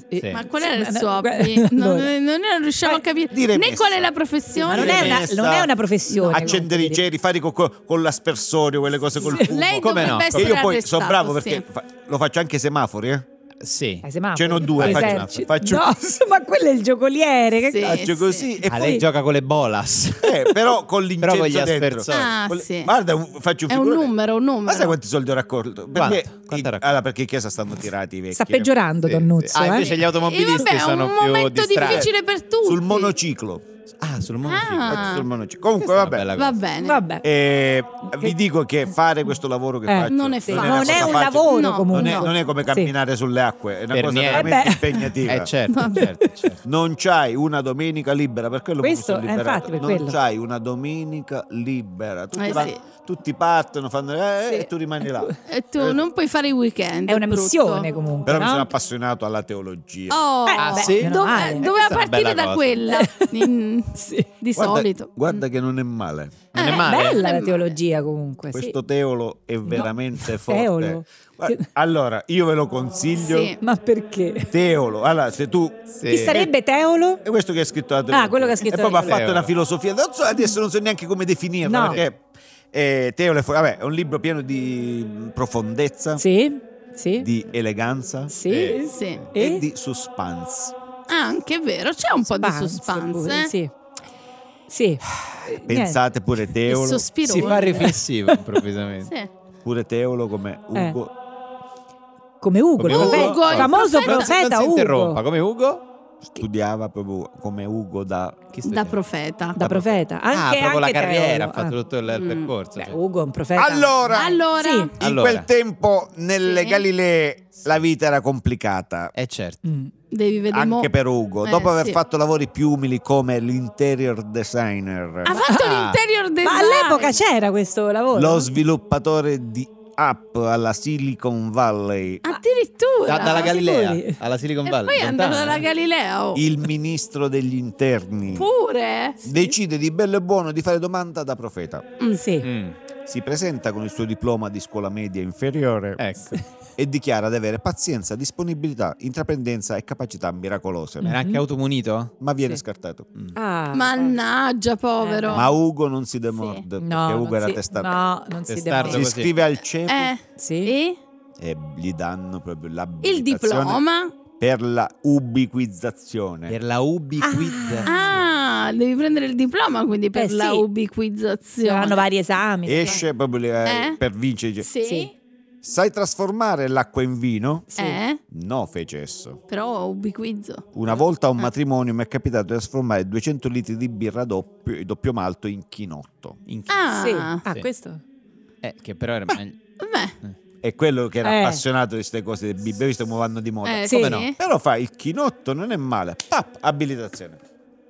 Speaker 1: Sì.
Speaker 4: Ma qual era il
Speaker 2: Sì,
Speaker 4: suo
Speaker 2: ma-
Speaker 4: hobby? Non,
Speaker 2: allora.
Speaker 4: non ne riusciamo a capire
Speaker 3: Dire
Speaker 4: né
Speaker 3: messa.
Speaker 4: qual è la
Speaker 2: Ma
Speaker 4: professione.
Speaker 2: non, è una,
Speaker 3: Messa.
Speaker 2: non è una professione.
Speaker 3: Accendere i
Speaker 2: comunque.
Speaker 3: ceri, fare co- co- con l'aspersore, quelle cose col fumo.
Speaker 4: Lei
Speaker 1: Come
Speaker 4: dovrebbe
Speaker 1: no?
Speaker 3: Che
Speaker 4: essere
Speaker 3: io poi sono
Speaker 4: arrestato,
Speaker 3: bravo
Speaker 4: sì.
Speaker 3: perché fa- lo faccio anche ai semafori, eh.
Speaker 1: Sì.
Speaker 2: Eh, semaforo.
Speaker 3: Ce n'ho due, faccio-
Speaker 2: Esercito.
Speaker 3: faccio-
Speaker 2: No, insomma, quello è il giocoliere. Che
Speaker 4: Sì.
Speaker 2: cosa-
Speaker 3: Faccio
Speaker 4: sì.
Speaker 3: così e
Speaker 1: Ah,
Speaker 3: poi
Speaker 1: lei gioca con le bolas.
Speaker 3: Eh, però con l'incenso
Speaker 1: Però con gli
Speaker 3: dentro.
Speaker 1: aspersori.
Speaker 4: Ah,
Speaker 3: Con le-
Speaker 4: sì.
Speaker 3: Guarda, un- faccio un
Speaker 4: È un
Speaker 3: figurone.
Speaker 4: numero, un numero.
Speaker 3: Ma sai quanti soldi ho raccolto? Perché,
Speaker 1: Quanto? Quanto
Speaker 3: i-
Speaker 1: ha raccolto?
Speaker 3: allora, perché i Chiesa stanno tirati i vecchi. eh.
Speaker 2: Sta peggiorando,
Speaker 1: Sì,
Speaker 2: Donnuzzo.
Speaker 1: sì. Ah,
Speaker 2: eh.
Speaker 1: invece gli automobilisti
Speaker 4: e vabbè,
Speaker 1: sono
Speaker 4: è un
Speaker 1: più
Speaker 4: momento
Speaker 1: distratti.
Speaker 4: difficile per tutti.
Speaker 3: Eh, Sul monociclo.
Speaker 1: Ah, sul mondo.
Speaker 4: Ah.
Speaker 3: Faccio Sul monociclo. Comunque,
Speaker 1: Questa è una bella
Speaker 3: vabbè.
Speaker 4: Va bene.
Speaker 2: Vabbè.
Speaker 3: Eh, vi dico che fare questo lavoro che
Speaker 2: Eh,
Speaker 3: faccio
Speaker 4: non è
Speaker 3: una
Speaker 4: facile.
Speaker 2: Non
Speaker 3: cosa
Speaker 2: è un
Speaker 3: facile.
Speaker 2: lavoro
Speaker 4: No,
Speaker 2: comunque.
Speaker 3: Non è, non è come
Speaker 2: Sì.
Speaker 3: camminare sulle acque, è una
Speaker 1: Per
Speaker 3: cosa
Speaker 1: niente.
Speaker 3: veramente
Speaker 2: Eh beh.
Speaker 3: impegnativa.
Speaker 1: Eh, certo,
Speaker 4: Vabbè.
Speaker 1: certo, certo.
Speaker 3: Non c'hai una domenica libera, per quello
Speaker 2: Questo,
Speaker 3: mi sono
Speaker 2: eh,
Speaker 3: liberato.
Speaker 2: infatti, per
Speaker 3: non
Speaker 2: quello.
Speaker 3: c'hai una domenica libera. Tutti,
Speaker 4: Eh,
Speaker 3: van-
Speaker 4: sì.
Speaker 3: tutti partono, fanno eh,
Speaker 2: Sì.
Speaker 3: e tu rimani là.
Speaker 4: E tu non puoi fare i weekend.
Speaker 2: È una
Speaker 4: brutto.
Speaker 2: missione comunque.
Speaker 3: Però mi
Speaker 2: no?
Speaker 3: sono appassionato alla teologia.
Speaker 4: Oh,
Speaker 2: Eh,
Speaker 1: Ah, sì?
Speaker 2: meno
Speaker 4: dove-
Speaker 2: male.
Speaker 4: doveva
Speaker 1: Questa è una
Speaker 4: partire
Speaker 1: bella
Speaker 4: da
Speaker 1: cosa.
Speaker 4: quella. Mm,
Speaker 2: Sì.
Speaker 4: Di
Speaker 3: guarda,
Speaker 4: solito.
Speaker 3: guarda che non è male.
Speaker 1: Non
Speaker 4: Eh,
Speaker 1: è male.
Speaker 2: Bella
Speaker 4: male.
Speaker 2: la teologia comunque. sì.
Speaker 3: Questo teolo è veramente forte.
Speaker 2: teolo.
Speaker 3: Guarda, allora, io ve lo consiglio.
Speaker 4: Sì.
Speaker 2: Ma perché?
Speaker 3: Teolo. Allora, se tu
Speaker 1: Sì.
Speaker 2: Chi sarebbe Teolo?
Speaker 3: E questo che ha scritto la
Speaker 2: Ah, quello che ha scritto
Speaker 3: E poi mi
Speaker 2: la
Speaker 3: ha
Speaker 1: teoria.
Speaker 3: fatto una filosofia. Non so- adesso non so neanche come definirla.
Speaker 2: No.
Speaker 3: Perché eh, Teo Le Fo- vabbè, è un libro pieno di profondezza,
Speaker 2: Sì, sì.
Speaker 3: di eleganza
Speaker 2: Sì.
Speaker 3: eh,
Speaker 4: Sì.
Speaker 3: e
Speaker 2: E?
Speaker 3: di suspense.
Speaker 4: Ah, Anche vero, c'è un po' di
Speaker 2: pure,
Speaker 4: suspense. eh.
Speaker 2: Sì. Sì. Eh,
Speaker 3: Pensate pure
Speaker 4: Il
Speaker 3: Teolo,
Speaker 4: sospiro.
Speaker 1: Si fa riflessivo improvvisamente.
Speaker 4: Sì.
Speaker 3: pure Teolo come
Speaker 2: Eh.
Speaker 3: Ugo.
Speaker 2: Niente. Come Ugo,
Speaker 1: Come
Speaker 2: il
Speaker 1: Ugo,
Speaker 2: profe-
Speaker 1: Ugo, il
Speaker 2: famoso
Speaker 4: profeta.
Speaker 1: Non si, non
Speaker 2: profeta
Speaker 1: si interrompa,
Speaker 2: Ugo.
Speaker 1: come Ugo?
Speaker 3: Studiava proprio come Ugo da...
Speaker 1: Chi sta
Speaker 4: Da
Speaker 1: dicendo?
Speaker 4: profeta.
Speaker 2: Da profeta.
Speaker 1: Ah,
Speaker 2: Anche,
Speaker 1: proprio la
Speaker 2: anche
Speaker 1: carriera, ha
Speaker 2: Teolo.
Speaker 1: fatto
Speaker 2: Ah.
Speaker 1: tutto il, il
Speaker 4: Mm.
Speaker 1: percorso.
Speaker 2: Beh,
Speaker 1: cioè.
Speaker 2: Ugo è un profeta.
Speaker 3: Allora,
Speaker 4: Allora,
Speaker 2: Sì.
Speaker 3: in
Speaker 1: Allora.
Speaker 3: quel tempo nelle
Speaker 4: Sì.
Speaker 3: Galilee la vita era complicata.
Speaker 1: Eh certo.
Speaker 2: Mm.
Speaker 4: devi vedere. mo-
Speaker 3: Anche per Ugo,
Speaker 4: Eh,
Speaker 3: dopo aver
Speaker 4: sì.
Speaker 3: fatto lavori più umili come l'interior designer,
Speaker 4: Ha fatto
Speaker 1: Ah.
Speaker 4: l'interior design.
Speaker 2: Ma all'epoca c'era questo lavoro?
Speaker 3: lo sviluppatore di app alla Silicon Valley,
Speaker 4: Addirittura.
Speaker 1: Da- dalla
Speaker 2: Siamo
Speaker 1: Galilea
Speaker 2: sicuri?
Speaker 1: alla Silicon
Speaker 4: e
Speaker 1: Valley.
Speaker 4: poi è andato
Speaker 1: lontano,
Speaker 4: dalla
Speaker 1: eh.
Speaker 4: Galilea. oh.
Speaker 3: il ministro degli interni,
Speaker 4: Pure.
Speaker 3: decide di bello e buono di fare domanda da profeta.
Speaker 2: Mm, Sì.
Speaker 1: Mm,
Speaker 4: Mhm.
Speaker 3: Si presenta con il suo diploma di scuola media inferiore
Speaker 1: Ecco,
Speaker 3: e dichiara di avere pazienza, disponibilità, intraprendenza e capacità miracolose,
Speaker 1: era anche automunito?
Speaker 3: ma viene
Speaker 2: Sì.
Speaker 3: scartato.
Speaker 2: Ah,
Speaker 4: Mannaggia, povero.
Speaker 2: Eh.
Speaker 3: Ma Ugo non si demorde,
Speaker 2: no,
Speaker 3: perché Ugo
Speaker 2: non
Speaker 3: era
Speaker 2: si-
Speaker 3: testato.
Speaker 2: No, non si
Speaker 1: Testardo
Speaker 3: Si
Speaker 2: deve.
Speaker 1: così.
Speaker 3: scrive al CEPO
Speaker 4: Eh,
Speaker 2: Sì.
Speaker 4: e
Speaker 3: e gli danno proprio l'abilitazione
Speaker 4: il diploma.
Speaker 3: per la ubiquizzazione.
Speaker 1: Per la ubiquizza.
Speaker 4: Ah, devi prendere il diploma quindi per
Speaker 2: Eh,
Speaker 4: la
Speaker 2: sì. Hanno
Speaker 4: ubiquizzazione.
Speaker 2: vari esami.
Speaker 3: Esce proprio le-
Speaker 4: Eh?
Speaker 3: per vincere. dice,
Speaker 4: Sì,
Speaker 2: Sì.
Speaker 3: Sai trasformare l'acqua in vino?
Speaker 2: Sì.
Speaker 4: Eh,
Speaker 3: No, fece esso.
Speaker 4: però ubiquizzo.
Speaker 3: Una volta a
Speaker 4: Eh.
Speaker 3: un matrimonio mi è capitato di trasformare 200 litri di birra doppio, doppio malto in chinotto.
Speaker 1: In chi-
Speaker 4: Ah,
Speaker 2: Sì. Ah,
Speaker 1: Sì.
Speaker 2: questo?
Speaker 1: Eh, che però era meglio.
Speaker 4: vabbè.
Speaker 3: È quello che era
Speaker 2: Eh.
Speaker 3: appassionato di queste cose del bibbe, visto come vanno di moda.
Speaker 4: Eh,
Speaker 2: Come
Speaker 4: sì.
Speaker 1: no?
Speaker 3: Però fa il chinotto, non è male. Pap, abilitazione.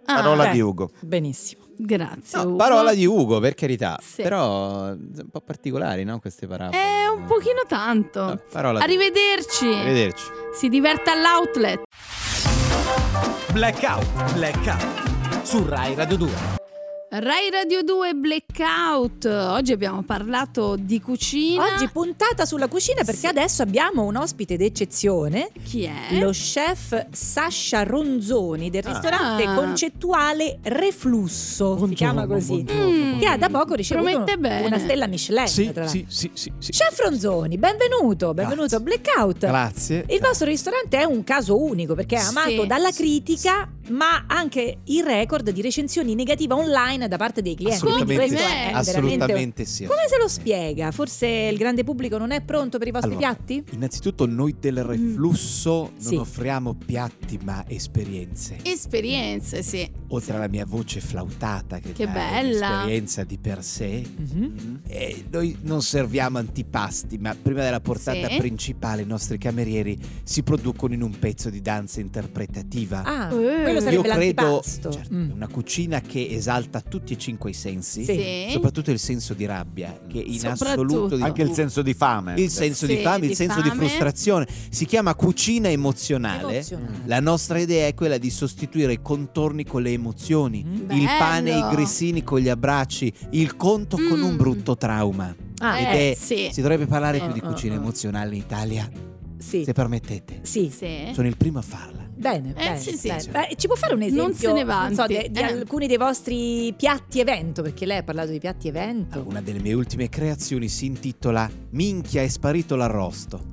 Speaker 4: Ah,
Speaker 3: Parola
Speaker 2: beh.
Speaker 3: di Ugo.
Speaker 2: Benissimo.
Speaker 4: Grazie.
Speaker 7: No,
Speaker 4: Ugo.
Speaker 7: parola di Ugo, per carità.
Speaker 4: Sì.
Speaker 7: Però eh, un po' particolari, no? Queste parabole.
Speaker 4: Eh, un pochino tanto.
Speaker 7: No, parola di-
Speaker 4: Arrivederci.
Speaker 7: Arrivederci.
Speaker 4: Si diverta all'outlet.
Speaker 5: Blackout, blackout. Su Rai Radio 2.
Speaker 4: Rai Radio 2 Blackout. Oggi abbiamo parlato di cucina.
Speaker 2: Oggi puntata sulla cucina perché
Speaker 4: Sì.
Speaker 2: adesso abbiamo un ospite d'eccezione.
Speaker 4: chi è?
Speaker 2: Lo chef Sasha Ronzoni del
Speaker 7: Ah.
Speaker 2: ristorante
Speaker 4: Eh? Ah.
Speaker 2: concettuale Reflusso, si chiama così,
Speaker 4: Mm.
Speaker 2: che ha da poco ricevuto
Speaker 4: Promette bene.
Speaker 2: una stella Michelin.
Speaker 1: Sì,
Speaker 2: tra l'altro.
Speaker 1: sì, sì, sì, sì.
Speaker 2: Chef Ronzoni, benvenuto, benvenuto a Blackout.
Speaker 7: Grazie.
Speaker 2: Esatto. Il vostro ristorante è un caso unico perché è
Speaker 4: Sì.
Speaker 2: amato dalla critica, ma anche il record di recensioni negative online da parte dei clienti. Quindi
Speaker 7: Assolutamente,
Speaker 2: questo è
Speaker 4: sì,
Speaker 2: veramente-
Speaker 7: assolutamente sì.
Speaker 2: Come se lo spiega? Forse il grande pubblico non è pronto per i vostri
Speaker 1: Allora,
Speaker 2: piatti?
Speaker 1: Innanzitutto noi del reflusso non
Speaker 2: Mm. Sì.
Speaker 1: offriamo piatti ma esperienze.
Speaker 4: Esperienze, sì.
Speaker 1: Oltre alla mia voce flautata che,
Speaker 4: Che
Speaker 1: già è
Speaker 4: bella.
Speaker 1: un'esperienza di per sé,
Speaker 2: Mhm.
Speaker 1: eh, noi non serviamo antipasti, ma prima della portata
Speaker 4: Sì.
Speaker 1: principale i nostri camerieri si producono in un pezzo di danza interpretativa.
Speaker 2: Ah,
Speaker 4: Eh.
Speaker 2: quello
Speaker 1: Io
Speaker 2: sarebbe
Speaker 1: credo
Speaker 2: l'antipasto.
Speaker 1: certo,
Speaker 2: Mm.
Speaker 1: una cucina che esalta tutti e cinque i sensi,
Speaker 2: Sì.
Speaker 4: Sì.
Speaker 1: soprattutto il senso di rabbia, che in
Speaker 4: Soprattutto.
Speaker 1: assoluto di
Speaker 3: Anche il senso di fame.
Speaker 1: il senso di
Speaker 4: Sì,
Speaker 1: fame,
Speaker 4: di
Speaker 1: il senso di
Speaker 4: fame.
Speaker 1: frustrazione. Si chiama cucina emozionale.
Speaker 2: Emozionale.
Speaker 1: La nostra idea è quella di sostituire i contorni con le emozioni,
Speaker 2: Mm.
Speaker 1: il
Speaker 4: Bello.
Speaker 1: pane e i grissini con gli abbracci, il conto con
Speaker 4: Mm.
Speaker 1: un brutto trauma.
Speaker 2: Ah,
Speaker 4: Eh,
Speaker 1: Ed è-
Speaker 4: sì. Mm,
Speaker 1: Si dovrebbe parlare
Speaker 4: Sì.
Speaker 1: più di
Speaker 2: Ah,
Speaker 1: cucina
Speaker 2: ah, ah.
Speaker 1: emozionale in Italia,
Speaker 2: sì.
Speaker 1: se permettete.
Speaker 2: Sì.
Speaker 4: Sì.
Speaker 1: Sono il primo a farla.
Speaker 2: Bene, bene,
Speaker 4: Eh, sì, sì.
Speaker 2: bene. Beh, ci può fare un
Speaker 4: Non
Speaker 2: esempio
Speaker 4: se ne vanti.
Speaker 2: so, di, di
Speaker 4: Eh.
Speaker 2: alcuni dei vostri piatti evento? Perché lei ha parlato di piatti evento.
Speaker 1: Una delle mie ultime creazioni si intitola Minchia è sparito l'arrosto.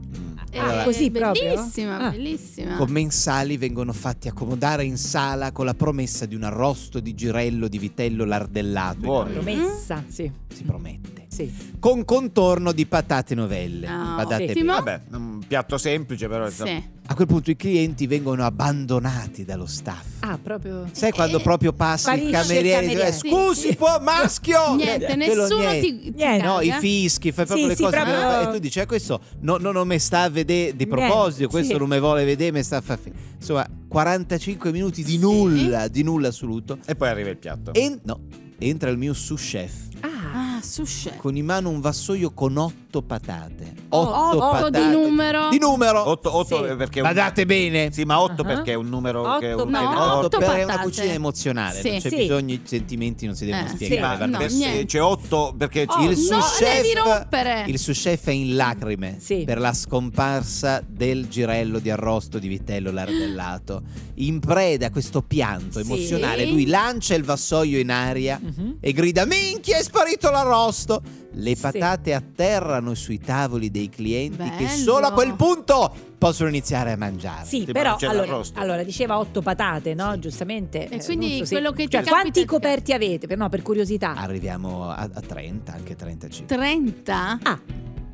Speaker 2: Ah,
Speaker 4: Eh,
Speaker 2: così proprio?
Speaker 4: bellissima,
Speaker 2: Ah.
Speaker 4: bellissima.
Speaker 1: commensali vengono fatti accomodare in sala con la promessa di un arrosto di girello di vitello lardellato. Ecco,
Speaker 3: Buono.
Speaker 2: Ah.
Speaker 4: Mm-hmm. Mm?
Speaker 2: Promessa, sì.
Speaker 1: Si promette.
Speaker 2: Sì.
Speaker 1: Con contorno di patate novelle.
Speaker 4: Ah,
Speaker 1: Patate-
Speaker 4: ottimo.
Speaker 3: Vabbè, un piatto semplice però. insomma.
Speaker 4: Sì.
Speaker 1: A quel punto i clienti vengono abbandonati dallo staff.
Speaker 2: Ah, proprio.
Speaker 4: Eh,
Speaker 1: Sai quando proprio passa il
Speaker 2: Sparisce il
Speaker 1: cameriere e dice,
Speaker 2: cameriere.
Speaker 1: scusi
Speaker 4: Sì.
Speaker 1: può maschio!
Speaker 4: Niente,
Speaker 1: Eh, quello
Speaker 4: nessuno
Speaker 1: niente.
Speaker 4: ti, ti
Speaker 2: Niente.
Speaker 1: Eh No, i
Speaker 4: caga.
Speaker 1: fischi, fai proprio
Speaker 2: Sì,
Speaker 1: le
Speaker 2: sì,
Speaker 1: cose
Speaker 2: proprio.
Speaker 1: non le fa- e tu dici, "Ah, questo no, no, non mi sta a vedere di
Speaker 2: Niente,
Speaker 1: proposito, questo
Speaker 2: sì.
Speaker 1: non mi vuole vedere, mi sta a far fi-". Insomma, 45 minuti di nulla, di nulla assoluto.
Speaker 3: E poi arriva il piatto.
Speaker 1: En- no, entra il mio sous chef
Speaker 2: Ah,
Speaker 4: Ah, sushi.
Speaker 1: con in mano un vassoio con otto patate. Otto,
Speaker 4: Otto
Speaker 1: patate.
Speaker 4: di numero.
Speaker 1: Di numero.
Speaker 3: Otto, otto
Speaker 2: Sì.
Speaker 3: perché
Speaker 1: Badate bene.
Speaker 3: Sì, ma 8
Speaker 2: Ah.
Speaker 3: perché è un numero che è
Speaker 2: Otto,
Speaker 3: un
Speaker 4: no,
Speaker 3: che è un-
Speaker 4: otto
Speaker 1: Otto per è una
Speaker 4: patate.
Speaker 1: cucina emozionale,
Speaker 4: Sì.
Speaker 1: non c'è
Speaker 2: Sì.
Speaker 1: bisogno, i sentimenti non si devono
Speaker 4: Eh, sì.
Speaker 1: spiegare.
Speaker 3: Ma
Speaker 1: guarda.
Speaker 4: no,
Speaker 3: per-
Speaker 4: niente.
Speaker 3: c'è 8 perché
Speaker 2: Oh,
Speaker 1: il
Speaker 4: no,
Speaker 1: sous
Speaker 4: devi
Speaker 1: chef
Speaker 4: rompere.
Speaker 1: il sous chef è in lacrime
Speaker 2: Eh. Sì.
Speaker 1: per la scomparsa del girello di arrosto di vitello lardellato. In preda a questo pianto
Speaker 2: Sì.
Speaker 1: emozionale, lui lancia il vassoio in aria
Speaker 2: mhm.
Speaker 1: e grida: Minchia, è sparito l'arrosto! Le
Speaker 2: Sì.
Speaker 1: patate atterrano sui tavoli dei clienti che
Speaker 4: Bello.
Speaker 1: solo a quel punto possono iniziare a mangiare.
Speaker 2: Sì,
Speaker 3: Sì,
Speaker 2: però
Speaker 3: ma c'è
Speaker 2: allora,
Speaker 3: l'arrosto.
Speaker 2: allora diceva otto patate, no? Giustamente. eh,
Speaker 4: quindi
Speaker 2: non so se-
Speaker 4: quello che ti
Speaker 2: cioè,
Speaker 4: capita-
Speaker 2: quanti coperti avete? Per, no, per curiosità.
Speaker 1: Arriviamo a, a 30, anche 35.
Speaker 4: 30?
Speaker 2: Ah,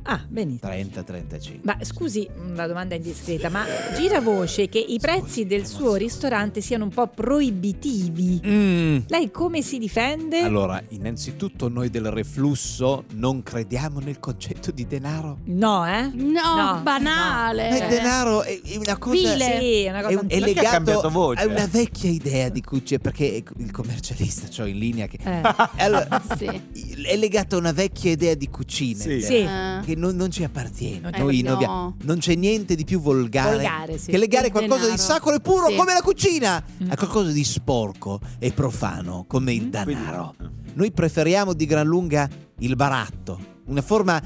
Speaker 2: ah, benissimo.
Speaker 1: 30-35.
Speaker 2: Ma scusi una domanda indiscreta, ma gira voce che i prezzi del suo ristorante siano un po' proibitivi.
Speaker 1: Mm.
Speaker 2: Lei come si difende?
Speaker 1: Allora, innanzitutto noi del reflusso non crediamo nel concetto di denaro.
Speaker 2: No, eh?
Speaker 4: No,
Speaker 2: No,
Speaker 4: banale.
Speaker 1: Ma
Speaker 2: no.
Speaker 1: il Eh, denaro è è una cosa...
Speaker 4: Vile.
Speaker 2: Cioè, Sì, è una
Speaker 1: È,
Speaker 2: cosa
Speaker 1: è
Speaker 2: antica.
Speaker 3: le- ha
Speaker 1: legato
Speaker 3: cambiato voce?
Speaker 1: a una vecchia idea di cucina, perché il commercialista, cioè in linea, che...
Speaker 2: Eh,
Speaker 1: Allora,
Speaker 4: Sì.
Speaker 1: è legato a una vecchia idea di cucina
Speaker 3: Sì.
Speaker 1: il
Speaker 2: Sì.
Speaker 1: denaro,
Speaker 4: Eh.
Speaker 1: che non, non ci appartiene.
Speaker 2: Non ci
Speaker 1: Noi non,
Speaker 4: appartiene.
Speaker 1: abbiamo-
Speaker 4: No.
Speaker 1: non c'è niente di più volgare,
Speaker 2: Volgare, sì.
Speaker 1: che legare
Speaker 4: Il
Speaker 1: qualcosa di
Speaker 4: denaro.
Speaker 1: sacro e puro
Speaker 4: Sì.
Speaker 1: come la cucina
Speaker 2: Mm.
Speaker 1: a qualcosa di sporco e profano come il
Speaker 3: Quindi-
Speaker 1: denaro. Noi preferiamo di gran lunga il baratto, una forma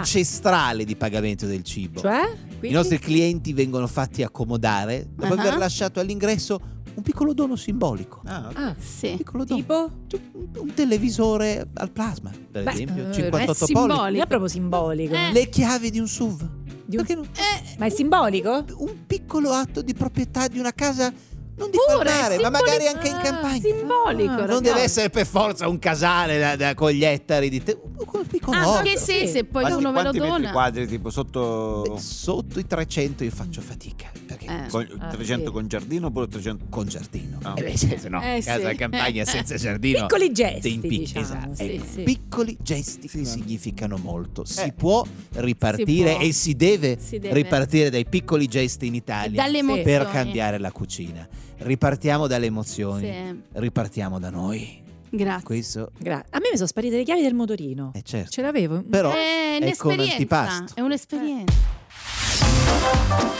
Speaker 1: ancestrale di pagamento del cibo.
Speaker 2: Cioè? Quindi?
Speaker 1: I nostri clienti vengono fatti accomodare dopo
Speaker 4: Ah.
Speaker 1: aver lasciato all'ingresso un piccolo dono simbolico.
Speaker 3: Ah,
Speaker 2: Ah,
Speaker 1: Un
Speaker 4: Sì. Eh,
Speaker 1: piccolo dono.
Speaker 2: tipo?
Speaker 1: Un- un televisore al plasma, per
Speaker 2: Beh,
Speaker 1: esempio,
Speaker 2: eh,
Speaker 1: 58
Speaker 4: è
Speaker 1: pollici.
Speaker 4: simbolico.
Speaker 2: È proprio simbolico.
Speaker 4: Eh.
Speaker 1: Le chiavi di un SUV.
Speaker 2: Di un-
Speaker 1: Perché no?
Speaker 4: Eh,
Speaker 2: Ma è simbolico?
Speaker 1: Un piccolo atto di proprietà di una casa non di
Speaker 4: Pure,
Speaker 1: farmare, ma
Speaker 4: simboli-
Speaker 1: magari anche in
Speaker 2: Ah,
Speaker 1: campagna.
Speaker 4: simbolico,
Speaker 2: Ah,
Speaker 1: non
Speaker 4: ragazzi.
Speaker 1: deve essere per forza un casale da, da- con gli ettari di te. Un piccolo
Speaker 4: Ah,
Speaker 1: orto.
Speaker 4: anche se,
Speaker 2: Sì.
Speaker 4: se poi
Speaker 3: quanti,
Speaker 4: uno ve lo
Speaker 3: quanti metri
Speaker 4: dona.
Speaker 3: quadri tipo sotto
Speaker 1: Sotto i 300 io faccio fatica perché
Speaker 4: Eh.
Speaker 3: con-
Speaker 2: Ah,
Speaker 3: 300
Speaker 2: sì.
Speaker 3: con giardino oppure 300
Speaker 1: con giardino.
Speaker 3: Ah.
Speaker 1: Eh, beh, se- se no,
Speaker 4: Eh,
Speaker 1: casa
Speaker 4: sì.
Speaker 1: campagna senza giardino.
Speaker 2: Piccoli gesti,
Speaker 1: te impicchi,
Speaker 2: diciamo.
Speaker 1: esatto.
Speaker 2: sì,
Speaker 1: Ecco,
Speaker 2: sì.
Speaker 1: Piccoli gesti che significano molto. Si
Speaker 3: Eh.
Speaker 1: può ripartire
Speaker 4: Si può.
Speaker 1: e si deve,
Speaker 4: Si deve.
Speaker 1: ripartire dai piccoli gesti in Italia
Speaker 4: Dalle
Speaker 2: Sì.
Speaker 4: emozioni.
Speaker 1: per cambiare la cucina. ripartiamo dalle emozioni,
Speaker 4: Sì.
Speaker 1: ripartiamo da noi.
Speaker 4: Grazie.
Speaker 1: Questo
Speaker 2: Gra- a me mi sono sparite le chiavi del motorino.
Speaker 1: è certo.
Speaker 2: Ce l'avevo.
Speaker 1: Però è come
Speaker 4: è Eh, un'esperienza.
Speaker 1: antipasto.
Speaker 4: È un'esperienza.